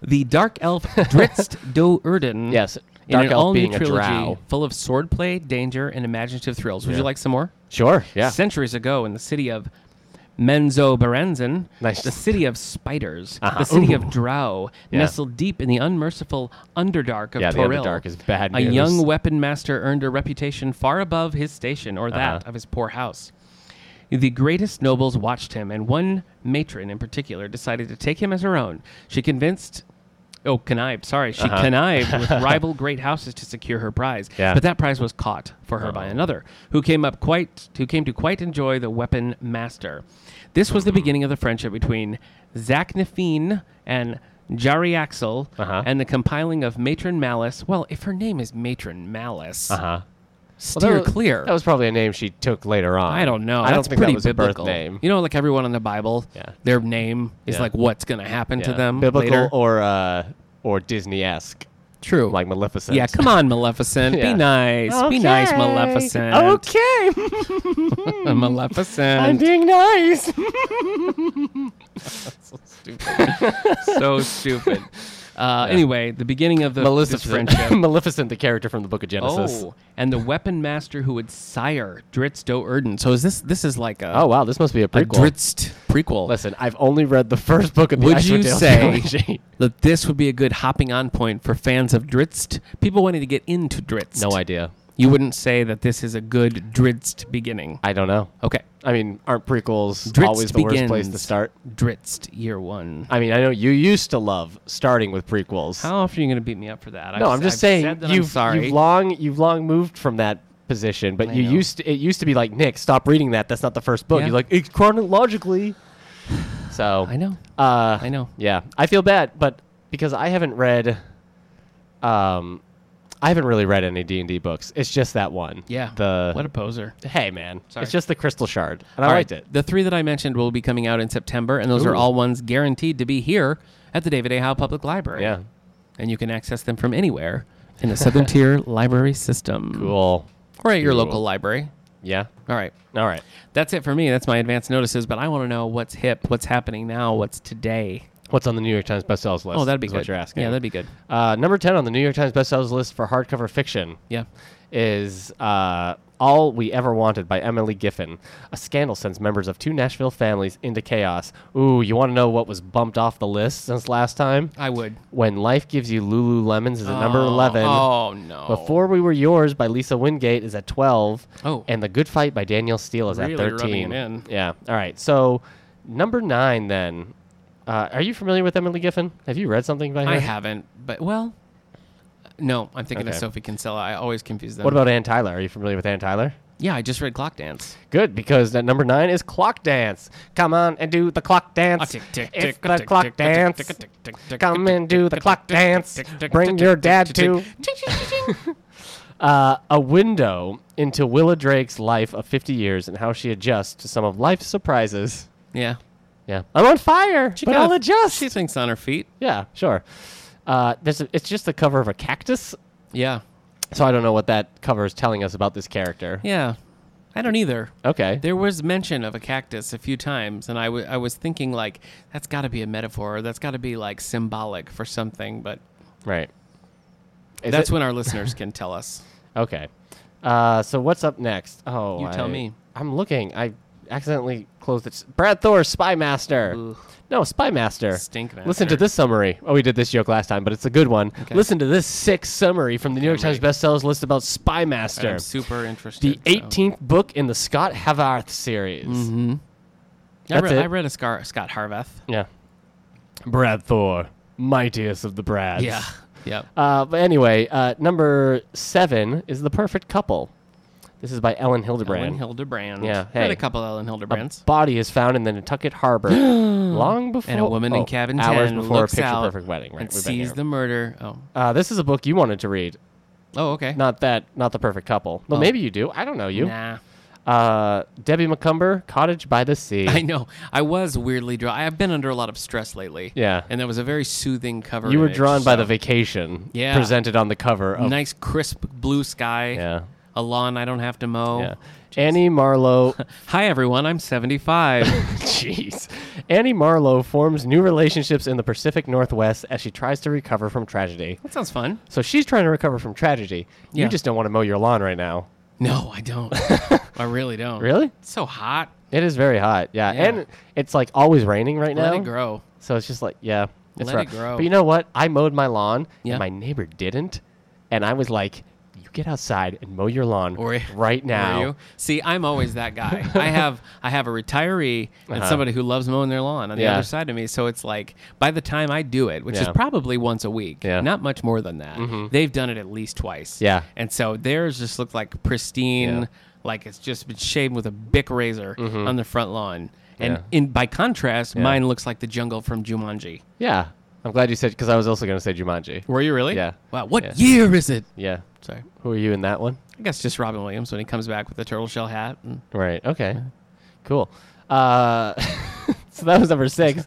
S2: The dark elf Dritzt do Erden.
S1: Yes,
S2: in
S1: dark
S2: an
S1: elf
S2: all
S1: being
S2: new
S1: a
S2: trilogy
S1: drow.
S2: full of swordplay, danger, and imaginative thrills. Would you like some more?
S1: Sure. Yeah.
S2: Centuries ago, in the city of Menzo Berenzin,
S1: Nice. Uh-huh.
S2: the city of spiders, the city of drow,
S1: Yeah.
S2: nestled deep in the unmerciful underdark of
S1: Yeah, the
S2: Toril.
S1: Underdark is bad
S2: A
S1: news.
S2: young weapon master earned a reputation far above his station or that
S1: Uh-huh.
S2: of his poor house. The greatest nobles watched him, and one matron in particular decided to take him as her own. She convinced, oh, connived, sorry, she connived with rival great houses to secure her prize.
S1: Uh-huh. Yeah.
S2: But that prize was caught for her by
S1: Oh.
S2: another, who came up quite, who came to quite enjoy the weapon master. This was the
S1: Mm-hmm.
S2: beginning of the friendship between Zach Nefine and Jari Axel,
S1: Uh-huh.
S2: and the compiling of Matron Malice. Well, if her name is Matron Malice,
S1: Uh-huh.
S2: steer
S1: that was,
S2: clear.
S1: That was probably a name she took later on.
S2: I don't know.
S1: I don't
S2: That's
S1: think
S2: pretty
S1: that was
S2: biblical.
S1: a birth name.
S2: You know, like everyone in the Bible,
S1: Yeah.
S2: their name is
S1: Yeah.
S2: like what's going to happen to
S1: Yeah.
S2: them.
S1: Biblical
S2: later.
S1: or uh, or Disney esque,
S2: true.
S1: like Maleficent.
S2: yeah, come on, Maleficent.
S1: Yeah.
S2: Be nice. Be nice, Maleficent.
S1: Okay.
S2: Maleficent.
S1: I'm being nice.
S2: so stupid. Uh, Anyway, the beginning of the this
S1: Maleficent.
S2: friendship.
S1: Maleficent, the character from the Book of Genesis.
S2: Oh, and the weapon master who would sire Dritz Do Erden. So is this this is like a,
S1: Oh, wow, this must be a
S2: a
S1: prequel.
S2: Dritz prequel?
S1: Listen, I've only read the first book of the
S2: would you
S1: Icewind Dale
S2: say
S1: trilogy.
S2: that this would be a good hopping on point for fans of Dritz? People wanting to get into Dritz.
S1: No idea.
S2: You wouldn't say that this is a good Dritz beginning.
S1: I don't know.
S2: Okay.
S1: I mean, aren't prequels
S2: Dritz
S1: always the worst place to
S2: begins.
S1: start?
S2: Dritz year one.
S1: I mean, I know you used to love starting with prequels.
S2: How often are you going to beat me up for that?
S1: no, I'm just saying
S2: that
S1: you've,
S2: I'm sorry.
S1: you've long you've long moved from that position, but
S2: I
S1: you
S2: know.
S1: used to, it used to be like Nick, stop reading that. That's not the first book.
S2: Yeah.
S1: You're like it's chronologically. So
S2: I know.
S1: Uh,
S2: I know.
S1: Yeah, I feel bad, but because I haven't read, um, I haven't really read any D and D books. It's just that one.
S2: Yeah.
S1: The
S2: what a poser.
S1: hey man,
S2: Sorry.
S1: it's just the crystal shard, and I
S2: All
S1: liked
S2: right,
S1: it.
S2: The three that I mentioned will be coming out in September, and those are
S1: Ooh.
S2: all ones guaranteed to be here at the David A. Howe Public Library.
S1: Yeah.
S2: And you can access them from anywhere in the Southern Tier library system.
S1: Cool.
S2: Or at your
S1: Cool.
S2: local library.
S1: Yeah.
S2: All right.
S1: All right.
S2: That's it for me. That's my advance notices, but I want to know what's hip, what's happening now, what's today.
S1: What's on the New York Times bestsellers list?
S2: Oh, that'd be
S1: is
S2: good.
S1: What you're asking?
S2: Yeah, that'd be good.
S1: Uh, number ten on the New York Times bestsellers list for hardcover fiction
S2: Yeah.
S1: is uh, "All We Ever Wanted" by Emily Giffin. A scandal sends members of two Nashville families into chaos. Ooh, you want to know what was bumped off the list since last time?
S2: I would.
S1: when life gives you Lululemons is at number eleven.
S2: Oh, no.
S1: Before We Were Yours by Lisa Wingate is at 12.
S2: Oh.
S1: And The Good Fight by Danielle Steele is
S2: Really
S1: at
S2: rubbing
S1: 13.
S2: it in.
S1: Yeah. All right. So, number nine, then. Uh, are you familiar with Emily Giffin? Have you read something by her?
S2: I haven't, but well, no, I'm thinking of
S1: Okay.
S2: Sophie Kinsella. I always confuse them.
S1: What about Ann Tyler? Are you familiar with Ann Tyler?
S2: Yeah, I just read Clock Dance.
S1: Good, because at number nine is Clock Dance. Come on and do the clock dance.
S2: tick, tick,
S1: It's
S2: tick,
S1: the
S2: tick,
S1: clock
S2: tick,
S1: dance.
S2: tick, tick, tick, tick,
S1: Come
S2: tick,
S1: and do the
S2: tick,
S1: clock
S2: tick,
S1: dance.
S2: tick, tick,
S1: Bring
S2: tick,
S1: your
S2: tick,
S1: dad
S2: tick,
S1: to. Uh, a window into Willa Drake's life of 50 years and how she adjusts to some of life's surprises.
S2: Yeah.
S1: Yeah, I'm on fire, but
S2: kinda-
S1: I'll adjust.
S2: She thinks on her feet.
S1: Yeah, sure. Uh, there's a, it's just the cover of a cactus,
S2: Yeah.
S1: so I don't know what that cover is telling us about this character.
S2: Yeah. I don't either.
S1: Okay.
S2: There was mention of a cactus a few times, and I wa- I was thinking, like, that's got to be a metaphor. Or that's got to be, like, symbolic for something. But
S1: Right. Is
S2: that's
S1: it-
S2: when our listeners can tell us.
S1: Okay. Uh, so what's up next? Oh,
S2: You tell
S1: I-
S2: me.
S1: I'm looking. I accidentally closed it. Brad Thor, Spy Master. No, Spy Master.
S2: Stink
S1: Listen to
S2: Master.
S1: this summary. Oh, we did this joke last time, but it's a good one. Listen to this sick summary from the New York Times bestsellers list about Spy Master.
S2: I'm super interested.
S1: the
S2: so.
S1: 18th book in the Scott Havarth series.
S2: I,
S1: That's
S2: read,
S1: it.
S2: I read a Scar- Scott Harvath.
S1: Yeah. Brad Thor, mightiest of the Brads.
S2: Yeah. Yep.
S1: Uh, but anyway, uh, number seven is The Perfect Couple. This is by Ellen Hildebrand.
S2: Ellen Hildebrand.
S1: Yeah,
S2: Read
S1: hey.
S2: a couple Ellen Hildebrands.
S1: A body is found in the Nantucket Harbor long before.
S2: and a woman
S1: oh,
S2: in cabin
S1: hours
S2: 10
S1: before
S2: looks
S1: a picture
S2: out
S1: perfect wedding. Right,
S2: and
S1: we've been
S2: sees
S1: here.
S2: the murder. Oh,
S1: Uh, this is a book you wanted to read.
S2: oh, okay.
S1: Not that, not the perfect couple. Well,
S2: Oh.
S1: maybe you do. I don't know you.
S2: Nah,
S1: Uh, Debbie McCumber, Cottage by the Sea.
S2: I know. I was weirdly drawn. I've been under a lot of stress lately.
S1: Yeah.
S2: and there was a very soothing cover.
S1: you were
S2: image,
S1: drawn by
S2: so-
S1: the vacation
S2: Yeah.
S1: presented on the cover of
S2: Oh. nice crisp blue sky.
S1: Yeah.
S2: a lawn I don't have to mow.
S1: yeah. Annie Marlowe.
S2: Hi everyone, I'm 75.
S1: Jeez. Annie Marlowe forms new relationships in the Pacific Northwest as she tries to recover from tragedy.
S2: that sounds fun.
S1: So she's trying to recover from tragedy.
S2: Yeah.
S1: You just don't want to mow your lawn right now.
S2: No, I don't. I really don't.
S1: Really?
S2: It's so hot.
S1: It is very hot. Yeah.
S2: Yeah.
S1: And it's like always raining right now.
S2: Let it grow.
S1: So it's just like, yeah. It's
S2: Let it
S1: rough.
S2: grow.
S1: But you know what? I mowed my lawn
S2: Yeah.
S1: and my neighbor didn't. And I was like, you get outside and mow your lawn
S2: Or
S1: right
S2: or
S1: now.
S2: you. See, I'm always that guy. I have I have a retiree and somebody who loves mowing their lawn on the
S1: Uh-huh. Yeah.
S2: other side of me. So it's like by the time I do it, which is
S1: Yeah.
S2: probably once a week,
S1: Yeah. Mm-hmm.
S2: not much more than that. They've done it at least twice.
S1: Yeah.
S2: and so theirs just looked like pristine,
S1: Yeah. Mm-hmm.
S2: like it's just been shaved with a bic razor on the front lawn. And
S1: Yeah.
S2: in by contrast, mine looks like the jungle from Jumanji.
S1: Yeah. I'm glad you said, because I was also going to say Jumanji.
S2: Were you really?
S1: Yeah.
S2: Wow. What
S1: Yeah.
S2: year is it?
S1: Yeah.
S2: Sorry.
S1: Who are you in that one?
S2: I guess just Robin Williams when he comes back with the turtle shell hat. And
S1: Right. Okay. Cool. Uh, so that was number six.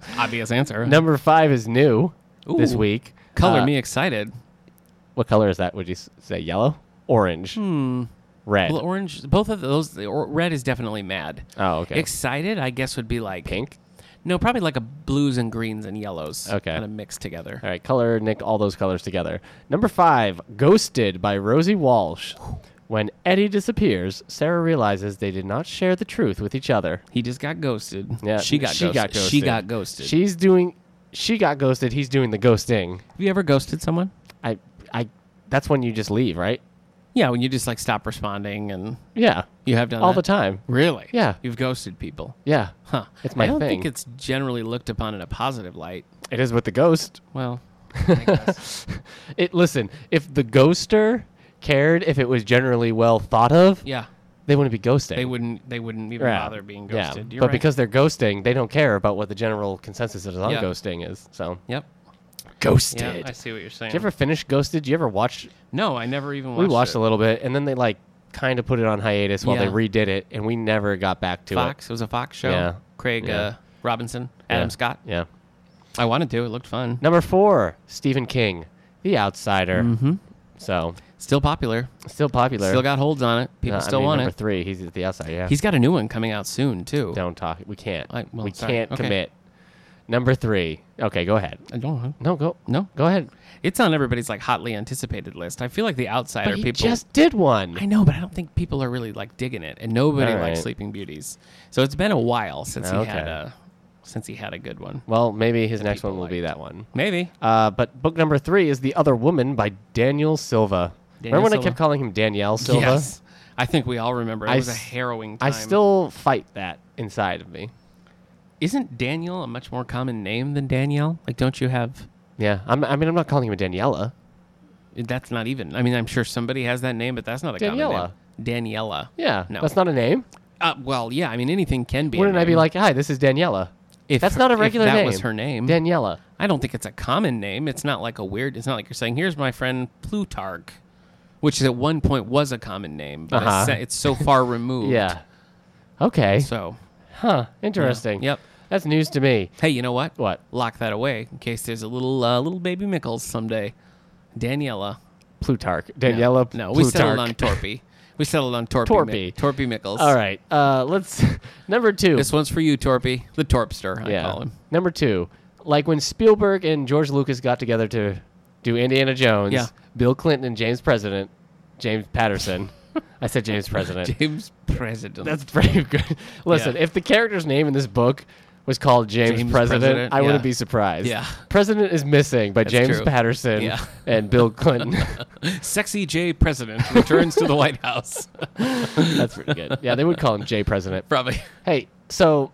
S2: obvious answer.
S1: number five is new this
S2: Ooh.
S1: week.
S2: Color
S1: Uh,
S2: me excited.
S1: What color is that? Would you s- say yellow? Orange. Hmm. Red.
S2: Well, orange. Both of those. The or, red is definitely mad.
S1: Oh, okay.
S2: Excited, I guess, would be like
S1: Pink.
S2: No, probably like a blues and greens and yellows.
S1: Okay. Uh,
S2: kind of mixed together.
S1: All right, color Nick all those colors together. Number five, Ghosted by Rosie Walsh. When Eddie disappears, Sarah realizes they did not share the truth with each other.
S2: He just got ghosted.
S1: Yeah,
S2: she got ghosted. She got ghosted.
S1: She's doing. She got ghosted. He's doing the ghosting.
S2: Have you ever ghosted someone?
S1: I. I. That's when you just leave, right?
S2: Yeah, when you just like stop responding and
S1: Yeah.
S2: you have done
S1: all
S2: that?
S1: the time.
S2: Really?
S1: Yeah.
S2: You've ghosted people.
S1: Yeah.
S2: Huh.
S1: It's my
S2: I don't
S1: thing.
S2: think it's generally looked upon in a positive light.
S1: It is with the ghost.
S2: Well,
S1: It listen, if the ghoster cared if it was generally well thought of,
S2: yeah.
S1: they wouldn't be ghosting.
S2: They wouldn't. They wouldn't even
S1: Yeah.
S2: bother being
S1: Yeah.
S2: ghosted. You're
S1: But
S2: right.
S1: because they're ghosting, they don't care about what the general consensus is on
S2: Yeah.
S1: ghosting is. So
S2: Yep.
S1: ghosted.
S2: Yeah, I see what you're saying.
S1: Did you ever finish Ghosted? Did you ever watch?
S2: No, I never even watched.
S1: we watched
S2: it.
S1: a little bit, and then they like kind of put it on hiatus while they
S2: Yeah.
S1: redid it, and we never got back to
S2: Fox. It was a Fox show.
S1: Yeah.
S2: Craig
S1: Yeah.
S2: Uh, Robinson,
S1: it. Yeah.
S2: Adam Scott.
S1: Yeah.
S2: I wanted to. It looked fun.
S1: Number four, Stephen King, The Outsider. Mm-hmm. So
S2: Still popular.
S1: still popular.
S2: Still got holds on it.
S1: Uh,
S2: People
S1: I
S2: still
S1: mean,
S2: want
S1: number
S2: it.
S1: three. He's The Outsider. Yeah.
S2: He's got a new one coming out soon too.
S1: Don't talk. We can't.
S2: I- well,
S1: we
S2: sorry.
S1: can't
S2: Okay.
S1: commit. Number three. Okay, go ahead.
S2: I don't know.
S1: No, go.
S2: No.
S1: go ahead.
S2: It's on everybody's like hotly anticipated list. I feel like the outsider
S1: But he
S2: people.
S1: just did one.
S2: I know, but I don't think people are really like digging it, and nobody
S1: All
S2: likes
S1: right.
S2: Sleeping Beauties. So it's been a while since he had
S1: Okay.
S2: a since he had a good one.
S1: well, maybe his next one
S2: people
S1: will be that one.
S2: Maybe.
S1: Uh, but book number three is The Other Woman by Daniel Silva.
S2: Daniel
S1: Remember when I
S2: Silva.
S1: kept calling him Danielle Silva?
S2: Yes. I think we all remember. It
S1: I
S2: was a
S1: s-
S2: harrowing time.
S1: I still fight that inside of me.
S2: isn't Daniel a much more common name than Danielle? Like, don't you have?
S1: Yeah, I'm, I mean, I'm not calling him a Daniela.
S2: That's not even. I mean, I'm sure somebody has that name, but that's not a common
S1: Daniela.
S2: name. Daniela.
S1: Yeah,
S2: No.
S1: that's not a name.
S2: Uh, well, yeah. I mean, anything can be. a
S1: Wouldn't I be
S2: name.
S1: like, hi, this is Daniela?
S2: If
S1: that's
S2: her-
S1: not a
S2: if
S1: regular
S2: that
S1: name.
S2: was her name.
S1: Daniela.
S2: I don't think it's a common name. It's not like a weird. It's not like you're saying, "Here's my friend Plutarch," which at one point was a common name, but
S1: Uh-huh.
S2: it's, it's so far removed.
S1: Yeah. Okay.
S2: So
S1: huh. Interesting.
S2: Yep.
S1: That's news to me.
S2: hey, you know what?
S1: What?
S2: Lock that away in case there's a little uh, little baby Mickles someday. Daniela.
S1: Plutarch. Daniela.
S2: No,
S1: Plutarch.
S2: we settled on Torpy. We settled on Torpy.
S1: Torpy.
S2: Mi- Torpy Mickles.
S1: All right. Uh, let's number two.
S2: This one's for you, Torpy. The Torpster, I call him.
S1: Number two, like when Spielberg and George Lucas got together to do Indiana Jones,
S2: Yeah.
S1: Bill Clinton and James President, James Patterson. I said James President.
S2: James President.
S1: That's pretty good. Listen,
S2: Yeah.
S1: if the character's name in this book was called James,
S2: James
S1: President,
S2: President,
S1: I wouldn't
S2: yeah.
S1: be surprised.
S2: Yeah.
S1: President is missing by James
S2: true.
S1: Patterson
S2: Yeah.
S1: and Bill Clinton.
S2: Sexy J President returns to the White House.
S1: That's pretty good. Yeah, they would call him J President.
S2: Probably.
S1: Hey, so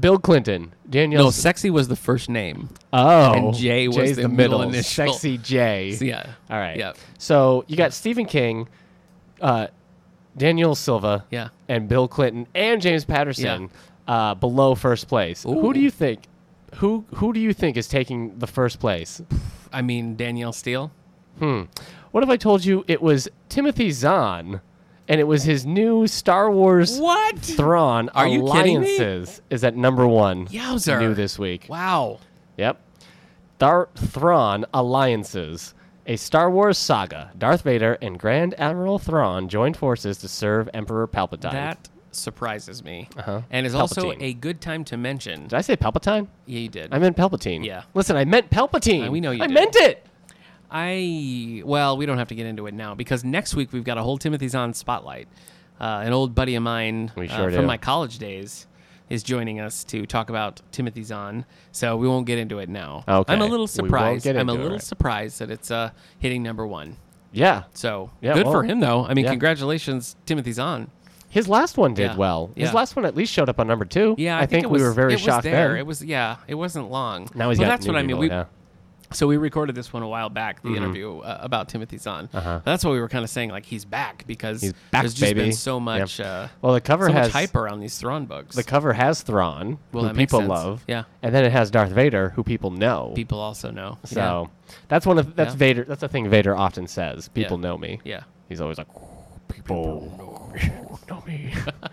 S1: Bill Clinton, Danielle.
S2: No, Sexy was the first name.
S1: Oh,
S2: And J was
S1: J's
S2: the middle initial.
S1: Sexy J.
S2: So, yeah.
S1: All right.
S2: Yeah.
S1: So you got Stephen King, uh, Daniel Silva,
S2: Yeah.
S1: and Bill Clinton and James Patterson uh, below first place. Who do
S2: Ooh.
S1: you think? Who who do you think is taking the first place?
S2: I mean, Danielle Steele.
S1: What if I told you it was Timothy Zahn, and it was his new Star Wars
S2: What?
S1: Thrawn
S2: Are you kidding me?
S1: Alliances is at number one.
S2: Yowzer.
S1: New this week.
S2: Wow.
S1: Yep. Dar- Thrawn Alliances, a Star Wars saga. Darth Vader and Grand Admiral Thrawn join forces to serve Emperor Palpatine.
S2: That surprises me. Uh-huh. And is also
S1: Palpatine.
S2: a good time to mention.
S1: Did I say Palpatine?
S2: Yeah, you did.
S1: I meant Palpatine.
S2: Yeah.
S1: Listen, I meant Palpatine.
S2: Uh, we know you
S1: I
S2: did.
S1: meant it.
S2: I well, we don't have to get into it now because next week we've got a whole Timothy Zahn spotlight. Uh, an old buddy of mine
S1: We
S2: uh,
S1: sure
S2: from
S1: do.
S2: my college days is joining us to talk about Timothy Zahn, so we won't get into it now.
S1: Okay.
S2: I'm a
S1: We
S2: little
S1: won't
S2: surprised.
S1: get
S2: I'm a
S1: into it,
S2: little
S1: right.
S2: surprised that it's uh, hitting number one.
S1: Yeah.
S2: So
S1: Yeah,
S2: good
S1: well,
S2: for him, though. I mean,
S1: yeah.
S2: congratulations, Timothy Zahn.
S1: His last one did
S2: Yeah.
S1: well. His
S2: Yeah.
S1: last one at least showed up on number two.
S2: Yeah,
S1: I, think,
S2: it
S1: we
S2: was,
S1: were very
S2: it was
S1: shocked
S2: there.
S1: then.
S2: It was yeah, it wasn't long.
S1: now he's
S2: well,
S1: got
S2: that's
S1: new
S2: what I mean.
S1: people,
S2: We,
S1: yeah.
S2: So we recorded this one a while back,
S1: Mm-hmm.
S2: the interview uh, about Timothy Zahn. That's what we were kind of saying, like he's back because
S1: Uh-huh. He's back,
S2: there's just
S1: baby.
S2: been so much.
S1: Yeah.
S2: Uh,
S1: Well, the cover
S2: so
S1: has
S2: much hype around these Thrawn books.
S1: the cover has Thrawn,
S2: Well,
S1: who
S2: that makes
S1: people
S2: sense.
S1: love.
S2: Yeah.
S1: And then it has Darth Vader, who people know.
S2: People also know.
S1: So that's one of that's
S2: Yeah.
S1: Vader. That's a thing Vader often says. People
S2: Yeah.
S1: know me.
S2: yeah,
S1: He's always like, people know me.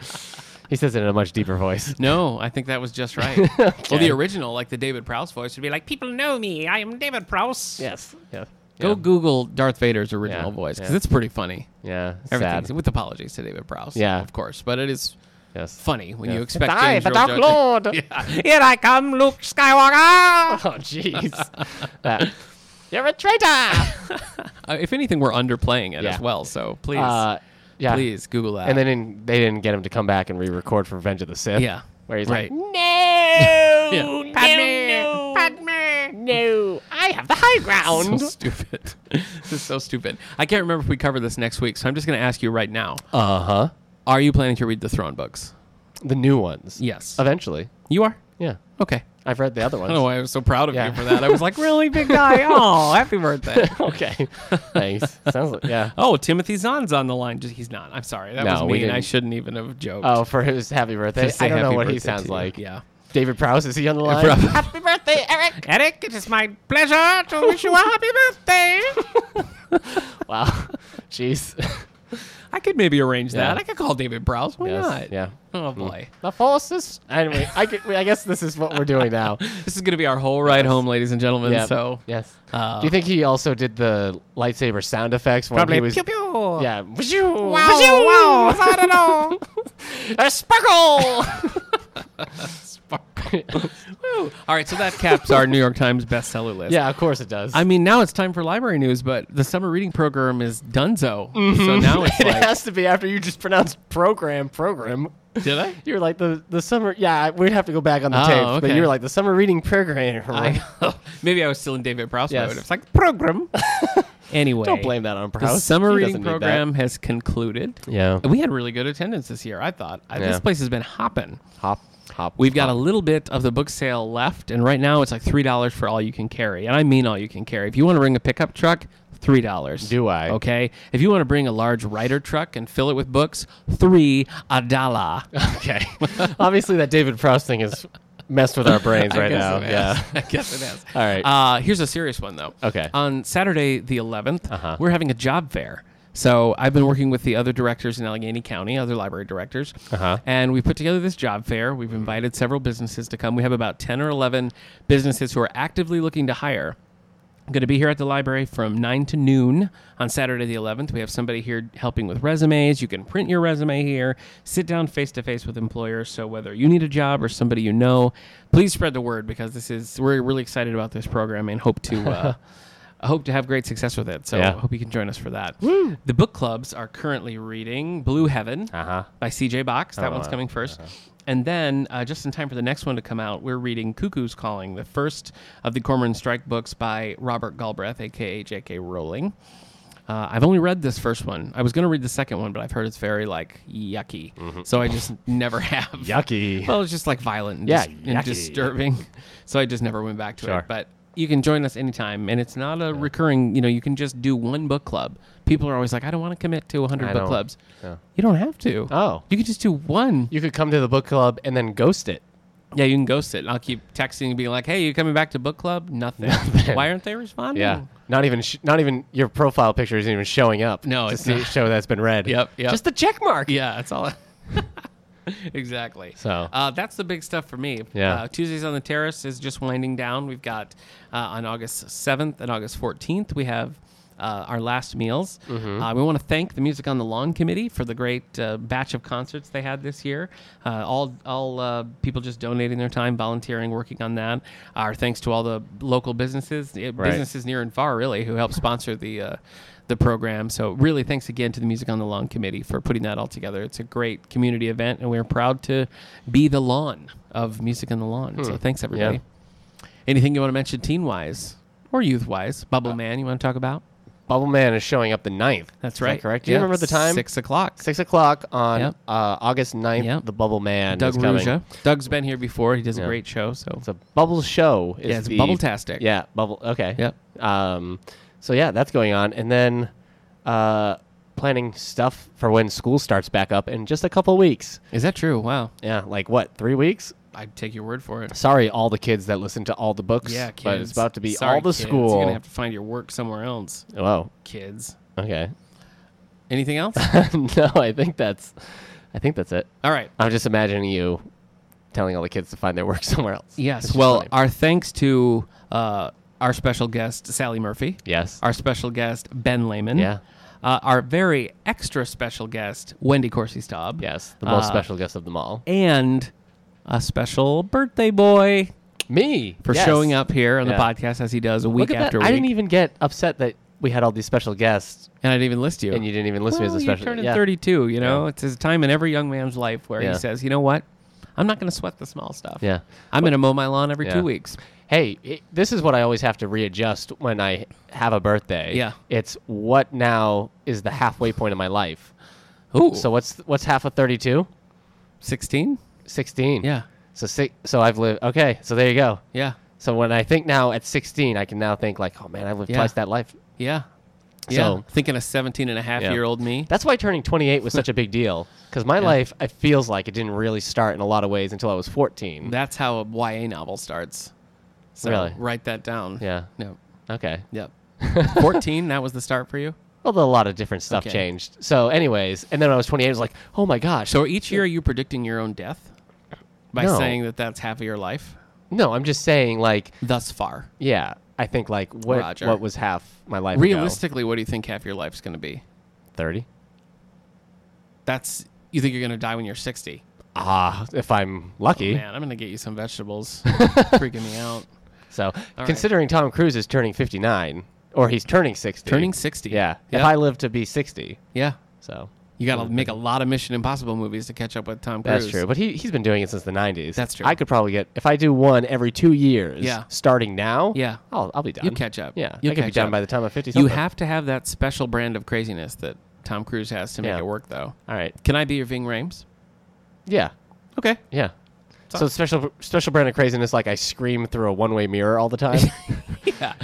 S1: he says it in a much deeper voice.
S2: no, I think that was just right. Well, the original, like the David Prowse voice, would be like, "People know me. I am David Prowse."
S1: Yes. Yeah.
S2: Go
S1: yeah.
S2: Google Darth Vader's original
S1: Yeah.
S2: voice because
S1: Yeah.
S2: it's pretty funny.
S1: Yeah. it's
S2: Everything
S1: Sad.
S2: with apologies to David Prowse.
S1: Yeah.
S2: of course, but it is
S1: Yes.
S2: funny when
S1: Yeah.
S2: you
S1: It's
S2: expect.
S1: I,
S2: James
S1: the
S2: Earl
S1: Dark
S2: Jones-
S1: Lord.
S2: Here I come, Luke Skywalker.
S1: Oh, jeez. That- You're a traitor.
S2: Uh, if anything, we're underplaying it
S1: Yeah.
S2: as well. So please,
S1: uh, yeah.
S2: please Google that.
S1: And they didn't. They didn't get him to come back and re-record for Revenge of the Sith.
S2: yeah,
S1: Where he's like,
S2: right.
S1: "Hmm."
S2: no, no,
S1: no, I have the high
S2: So
S1: ground.
S2: stupid. this is so stupid. I can't remember if we cover this next week, so I'm just going to ask you right now:
S1: Uh
S2: Uh-huh.
S1: huh.
S2: Are you planning to read the Throne books?
S1: The new ones.
S2: Yes.
S1: Eventually.
S2: You are.
S1: Yeah.
S2: Okay.
S1: I've read the other
S2: I don't know
S1: ones.
S2: why I was so proud of
S1: Yeah.
S2: you for that. I was like, really, big guy? Oh, happy birthday.
S1: okay. Thanks. Sounds like, yeah.
S2: Oh, Timothy Zahn's on the line. Just- He's not. I'm sorry. That
S1: No,
S2: was
S1: we
S2: mean. I
S1: didn't.
S2: shouldn't even have joked.
S1: Oh, for his happy
S2: To
S1: birthday.
S2: say
S1: I don't know
S2: happy
S1: what he
S2: birthday
S1: sounds
S2: to you.
S1: like.
S2: Yeah.
S1: David Prowse, is he on the line?
S2: Prob-
S1: happy birthday, Eric.
S2: Eric, it is my pleasure to wish you a happy birthday.
S1: Wow. Jeez.
S2: I could maybe arrange
S1: Yeah.
S2: that. I could call David Browse. Why
S1: Yes,
S2: not?
S1: yeah.
S2: Oh boy.
S1: the force is. Anyway, I, could, I guess this is what we're doing now.
S2: This is gonna be our whole ride home, ladies and gentlemen.
S1: Yeah.
S2: So
S1: yes.
S2: uh,
S1: Do you think he also did the lightsaber sound effects when he was?
S2: pew.
S1: Yeah. Wow.
S2: wow, I don't know.
S1: A sparkle.
S2: Sparkle. Woo. All right, so that caps our New York Times bestseller list.
S1: yeah, of course it does.
S2: I mean, now it's time for library news, but the summer reading program is donezo. So now it's
S1: Mm-hmm. it
S2: like,
S1: has to be after you just pronounced program program.
S2: did I?
S1: You were like the the summer. Yeah, we'd have to go back on the
S2: Oh,
S1: tape. But
S2: okay.
S1: you were like the summer reading program.
S2: I know. Maybe I was still in David Prowse
S1: Yes.
S2: mode. It's like program. anyway,
S1: Don't blame that on
S2: The
S1: Prowse.
S2: summer
S1: He doesn't
S2: reading
S1: need that.
S2: program has concluded.
S1: Yeah.
S2: We had really good attendance this year, I thought. I,
S1: Yeah.
S2: This place has been hopping.
S1: Hop, hop.
S2: We've got a little bit of the book sale left, and right now it's like $3 for all you can carry. And I mean all you can carry. If you want to bring a pickup truck, three dollars.
S1: Do I?
S2: Okay. If you want to bring a large writer truck and fill it with books, three a dollar.
S1: Okay. Obviously, that David Proust thing is messed with our brains right now.
S2: it
S1: Yeah.
S2: has. I guess it is.
S1: All right.
S2: Uh, here's a serious one, though.
S1: Okay. Uh-huh.
S2: On Saturday, the 11th, we're having a job fair. So I've been working with the other directors in Allegheny County, other library directors,
S1: Uh-huh.
S2: and we put together this job fair. We've invited several businesses to come. We have about 10 or 11 businesses who are actively looking to hire. I'm going to be here at the library from 9 to noon on Saturday the 11th. We have somebody here helping with resumes. You can print your resume here, sit down face to face with employers. So whether you need a job or somebody you know, please spread the word because this is we're really excited about this program and hope to uh, hope to have great success with it. So
S1: Yeah.
S2: hope you can join us for that. The book clubs are currently reading Blue Heaven
S1: Uh-huh.
S2: by C.J. Box. That one's
S1: wow. Uh-huh.
S2: coming 1st And then, uh, just in time for the next one to come out, we're reading Cuckoo's Calling, the first of the Cormoran Strike books by Robert Galbraith, aka J.K. Rowling. Uh, I've only read this first one. I was going to read the second one, but I've heard it's very like yucky, so I just never have.
S1: Mm-hmm. Yucky.
S2: Well, it's just like violent and,
S1: Yeah,
S2: dis- and
S1: yucky.
S2: disturbing, so I just never went back to
S1: Sure.
S2: it. But you can join us anytime, and it's not a recurring. You know, you can just do one book club. People are always like, I don't want to commit to 100
S1: I
S2: book
S1: don't-
S2: clubs.
S1: yeah.
S2: You don't have to.
S1: Oh.
S2: You could just do one.
S1: You could come to the book club and then ghost it.
S2: Yeah, you can ghost it. And I'll keep texting and being like, hey, you coming back to book club? Nothing. Why aren't they responding?
S1: Yeah. Not even sh- not even your profile picture isn't even showing up.
S2: No,
S1: to
S2: it's
S1: see,
S2: not.
S1: show that's been read.
S2: Yep, yep.
S1: Just the check mark.
S2: Yeah, that's all. exactly.
S1: So.
S2: uh, that's the big stuff for me.
S1: Yeah.
S2: Uh, Tuesdays on the Terrace is just winding down. We've got uh, on August 7th and August 14th, we have. Uh, our last meals.
S1: Mm-hmm.
S2: Uh, we want to thank the Music on the Lawn Committee for the great uh, batch of concerts they had this year. Uh, all all uh, people just donating their time, volunteering, working on that. Our thanks to all the local businesses, eh,
S1: Right.
S2: businesses near and far, really, who helped sponsor the uh, the program. So really, thanks again to the Music on the Lawn Committee for putting that all together. It's a great community event, and we're proud to be the lawn of Music on the Lawn.
S1: Hmm.
S2: So thanks everybody. Anything you want to mention, teen wise or youth wise?
S1: Uh,
S2: Bubble Man, you want to talk about?
S1: Bubble Man is showing up the 9th.
S2: That's
S1: Is that
S2: right.
S1: correct. Do you
S2: Yeah.
S1: remember the time?
S2: Six o'clock.
S1: Six o'clock on
S2: Yep.
S1: uh, August 9th.
S2: Yep.
S1: The Bubble Man.
S2: Doug
S1: is coming.
S2: Ruja. Doug's been here before. He does
S1: Yeah.
S2: a great show. So
S1: It's a bubble show. Is
S2: Yeah, it's
S1: the-
S2: Bubble-tastic.
S1: Yeah, bubble. Okay.
S2: Yep.
S1: Um, so yeah, that's going on, and then uh, planning stuff for when school starts back up in just a couple weeks.
S2: is that true? Wow,
S1: Yeah, like what three weeks?
S2: I'd take your word for it.
S1: Sorry, all the kids that listen to all the books.
S2: Yeah, kids.
S1: but it's about to be
S2: Sorry,
S1: all the
S2: kids.
S1: school.
S2: You're gonna have to find your work somewhere else,
S1: Whoa.
S2: kids.
S1: Okay.
S2: Anything else?
S1: no, I think that's, I think that's it.
S2: All right.
S1: I'm just imagining you telling all the kids to find their work somewhere else. uh, It's
S2: Yes.
S1: just
S2: Well,
S1: funny.
S2: our thanks to uh, our special guest Sally Murphy.
S1: yes.
S2: Our special guest Ben Lehman.
S1: Yeah.
S2: Uh, our very extra special guest Wendy Corsi Staub.
S1: yes. The most
S2: Uh,
S1: special guest of them all.
S2: And a special birthday boy
S1: Me
S2: for
S1: yes.
S2: showing up here on
S1: Yeah.
S2: the podcast as he does a week
S1: Look at
S2: after
S1: that.
S2: week.
S1: I didn't even get upset that we had all these special guests
S2: and I didn't even list you.
S1: and you didn't even list
S2: well,
S1: me as a special.
S2: You're turning
S1: yeah.
S2: 32. You know,
S1: Yeah.
S2: it's a time in every young man's life where
S1: Yeah.
S2: he says, "You know what? I'm not going to sweat the small stuff.
S1: Yeah.
S2: I'm going to mow my lawn every
S1: Yeah.
S2: two weeks.
S1: Hey, i this is what I always have to readjust when I have a birthday.
S2: Yeah.
S1: It's what now is the halfway point of my life.
S2: Ooh.
S1: So what's what's half of 32?
S2: 16.
S1: 16.
S2: Yeah.
S1: So six, so I've lived Okay, so there you go.
S2: Yeah.
S1: So when I think now at 16, I can now think like, "Oh man, I lived
S2: Yeah.
S1: twice that life."
S2: Yeah. Yeah.
S1: So-
S2: thinking a 17 and a half
S1: Yeah.
S2: year old me.
S1: That's why turning 28 was such a big deal cuz my life it feels like it didn't really start in a lot of ways until I was 14.
S2: That's how a YA novel starts. So
S1: Really?
S2: write that down.
S1: Yeah.
S2: Yep.
S1: okay.
S2: Yep. 14, that was the start for you.
S1: Although a lot of different stuff
S2: Okay.
S1: changed. So, anyways, and then when I was 28, I was like, oh my gosh.
S2: So each year, are you predicting your own death by
S1: No.
S2: saying that that's half of your life
S1: no, I'm just saying, like,
S2: thus far?
S1: yeah, I think like what
S2: Roger.
S1: what was half my life ago?
S2: Realistically, what do you think half your life's going to be?
S1: 30.
S2: That's you think you're going to die when you're 60.
S1: Ah, if I'm lucky.
S2: Oh, Man, I'm going to get you some vegetables. freaking me out.
S1: so,
S2: right.
S1: considering Tom Cruise is turning 59 or he's turning 60.
S2: Turning 60.
S1: Yeah.
S2: Yep.
S1: If I live to be 60.
S2: yeah.
S1: So,
S2: You got to make a lot of Mission Impossible movies to catch up with Tom Cruise.
S1: that's true. But he, he's been doing it since the 90s.
S2: That's true.
S1: I could probably get, if I do one every two years,
S2: Yeah.
S1: starting now,
S2: Yeah.
S1: I'll, I'll be done.
S2: You catch up.
S1: Yeah.
S2: You
S1: I could be
S2: catch
S1: done
S2: up.
S1: by the time I'm 50.
S2: You
S1: something.
S2: have to have that special brand of craziness that Tom Cruise has to make
S1: Yeah.
S2: it work, though.
S1: All right.
S2: Can I be your Ving Rhames?
S1: Yeah.
S2: Okay.
S1: Yeah. So special special brand of craziness, like I scream through a one way mirror all the time.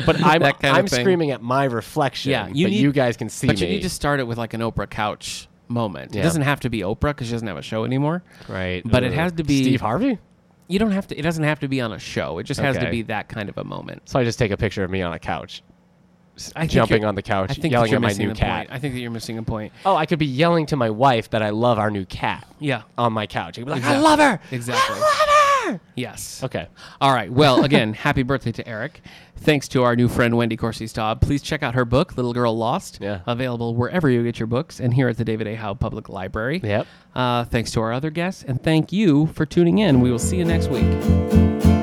S1: But I'm
S2: That kind of
S1: I'm
S2: thing.
S1: screaming at my reflection.
S2: Yeah,
S1: you
S2: you
S1: but
S2: need-
S1: you guys can see
S2: but
S1: me.
S2: you need to start it with like an Oprah couch moment.
S1: Yeah.
S2: It doesn't have to be Oprah because she doesn't have a show anymore.
S1: right,
S2: But it
S1: uh,
S2: has to be.
S1: Steve Harvey.
S2: You don't have to. It doesn't have to be on a show. It just has
S1: Okay.
S2: to be that kind of a moment.
S1: So I just take a picture of me on a couch.
S2: I think
S1: jumping
S2: you're-
S1: on the couch,
S2: I think that
S1: yelling
S2: you're
S1: at my
S2: missing
S1: new
S2: the
S1: cat.
S2: Point. I think that you're missing a point.
S1: Oh, I could be yelling to my wife that I love our new cat.
S2: Yeah.
S1: On my couch. I'd be like, I
S2: Exactly.
S1: love her.
S2: Exactly.
S1: I love her.
S2: Yes.
S1: Okay.
S2: All right. Well, again, happy birthday to Eric. Thanks to our new friend Wendy Corsi Staub. Please check out her book, Little Girl Lost.
S1: Yeah.
S2: Available wherever you get your books and here at the David A. Howe Public Library.
S1: Yep.
S2: Uh, thanks to our other guests, and thank you for tuning in. We will see you next week.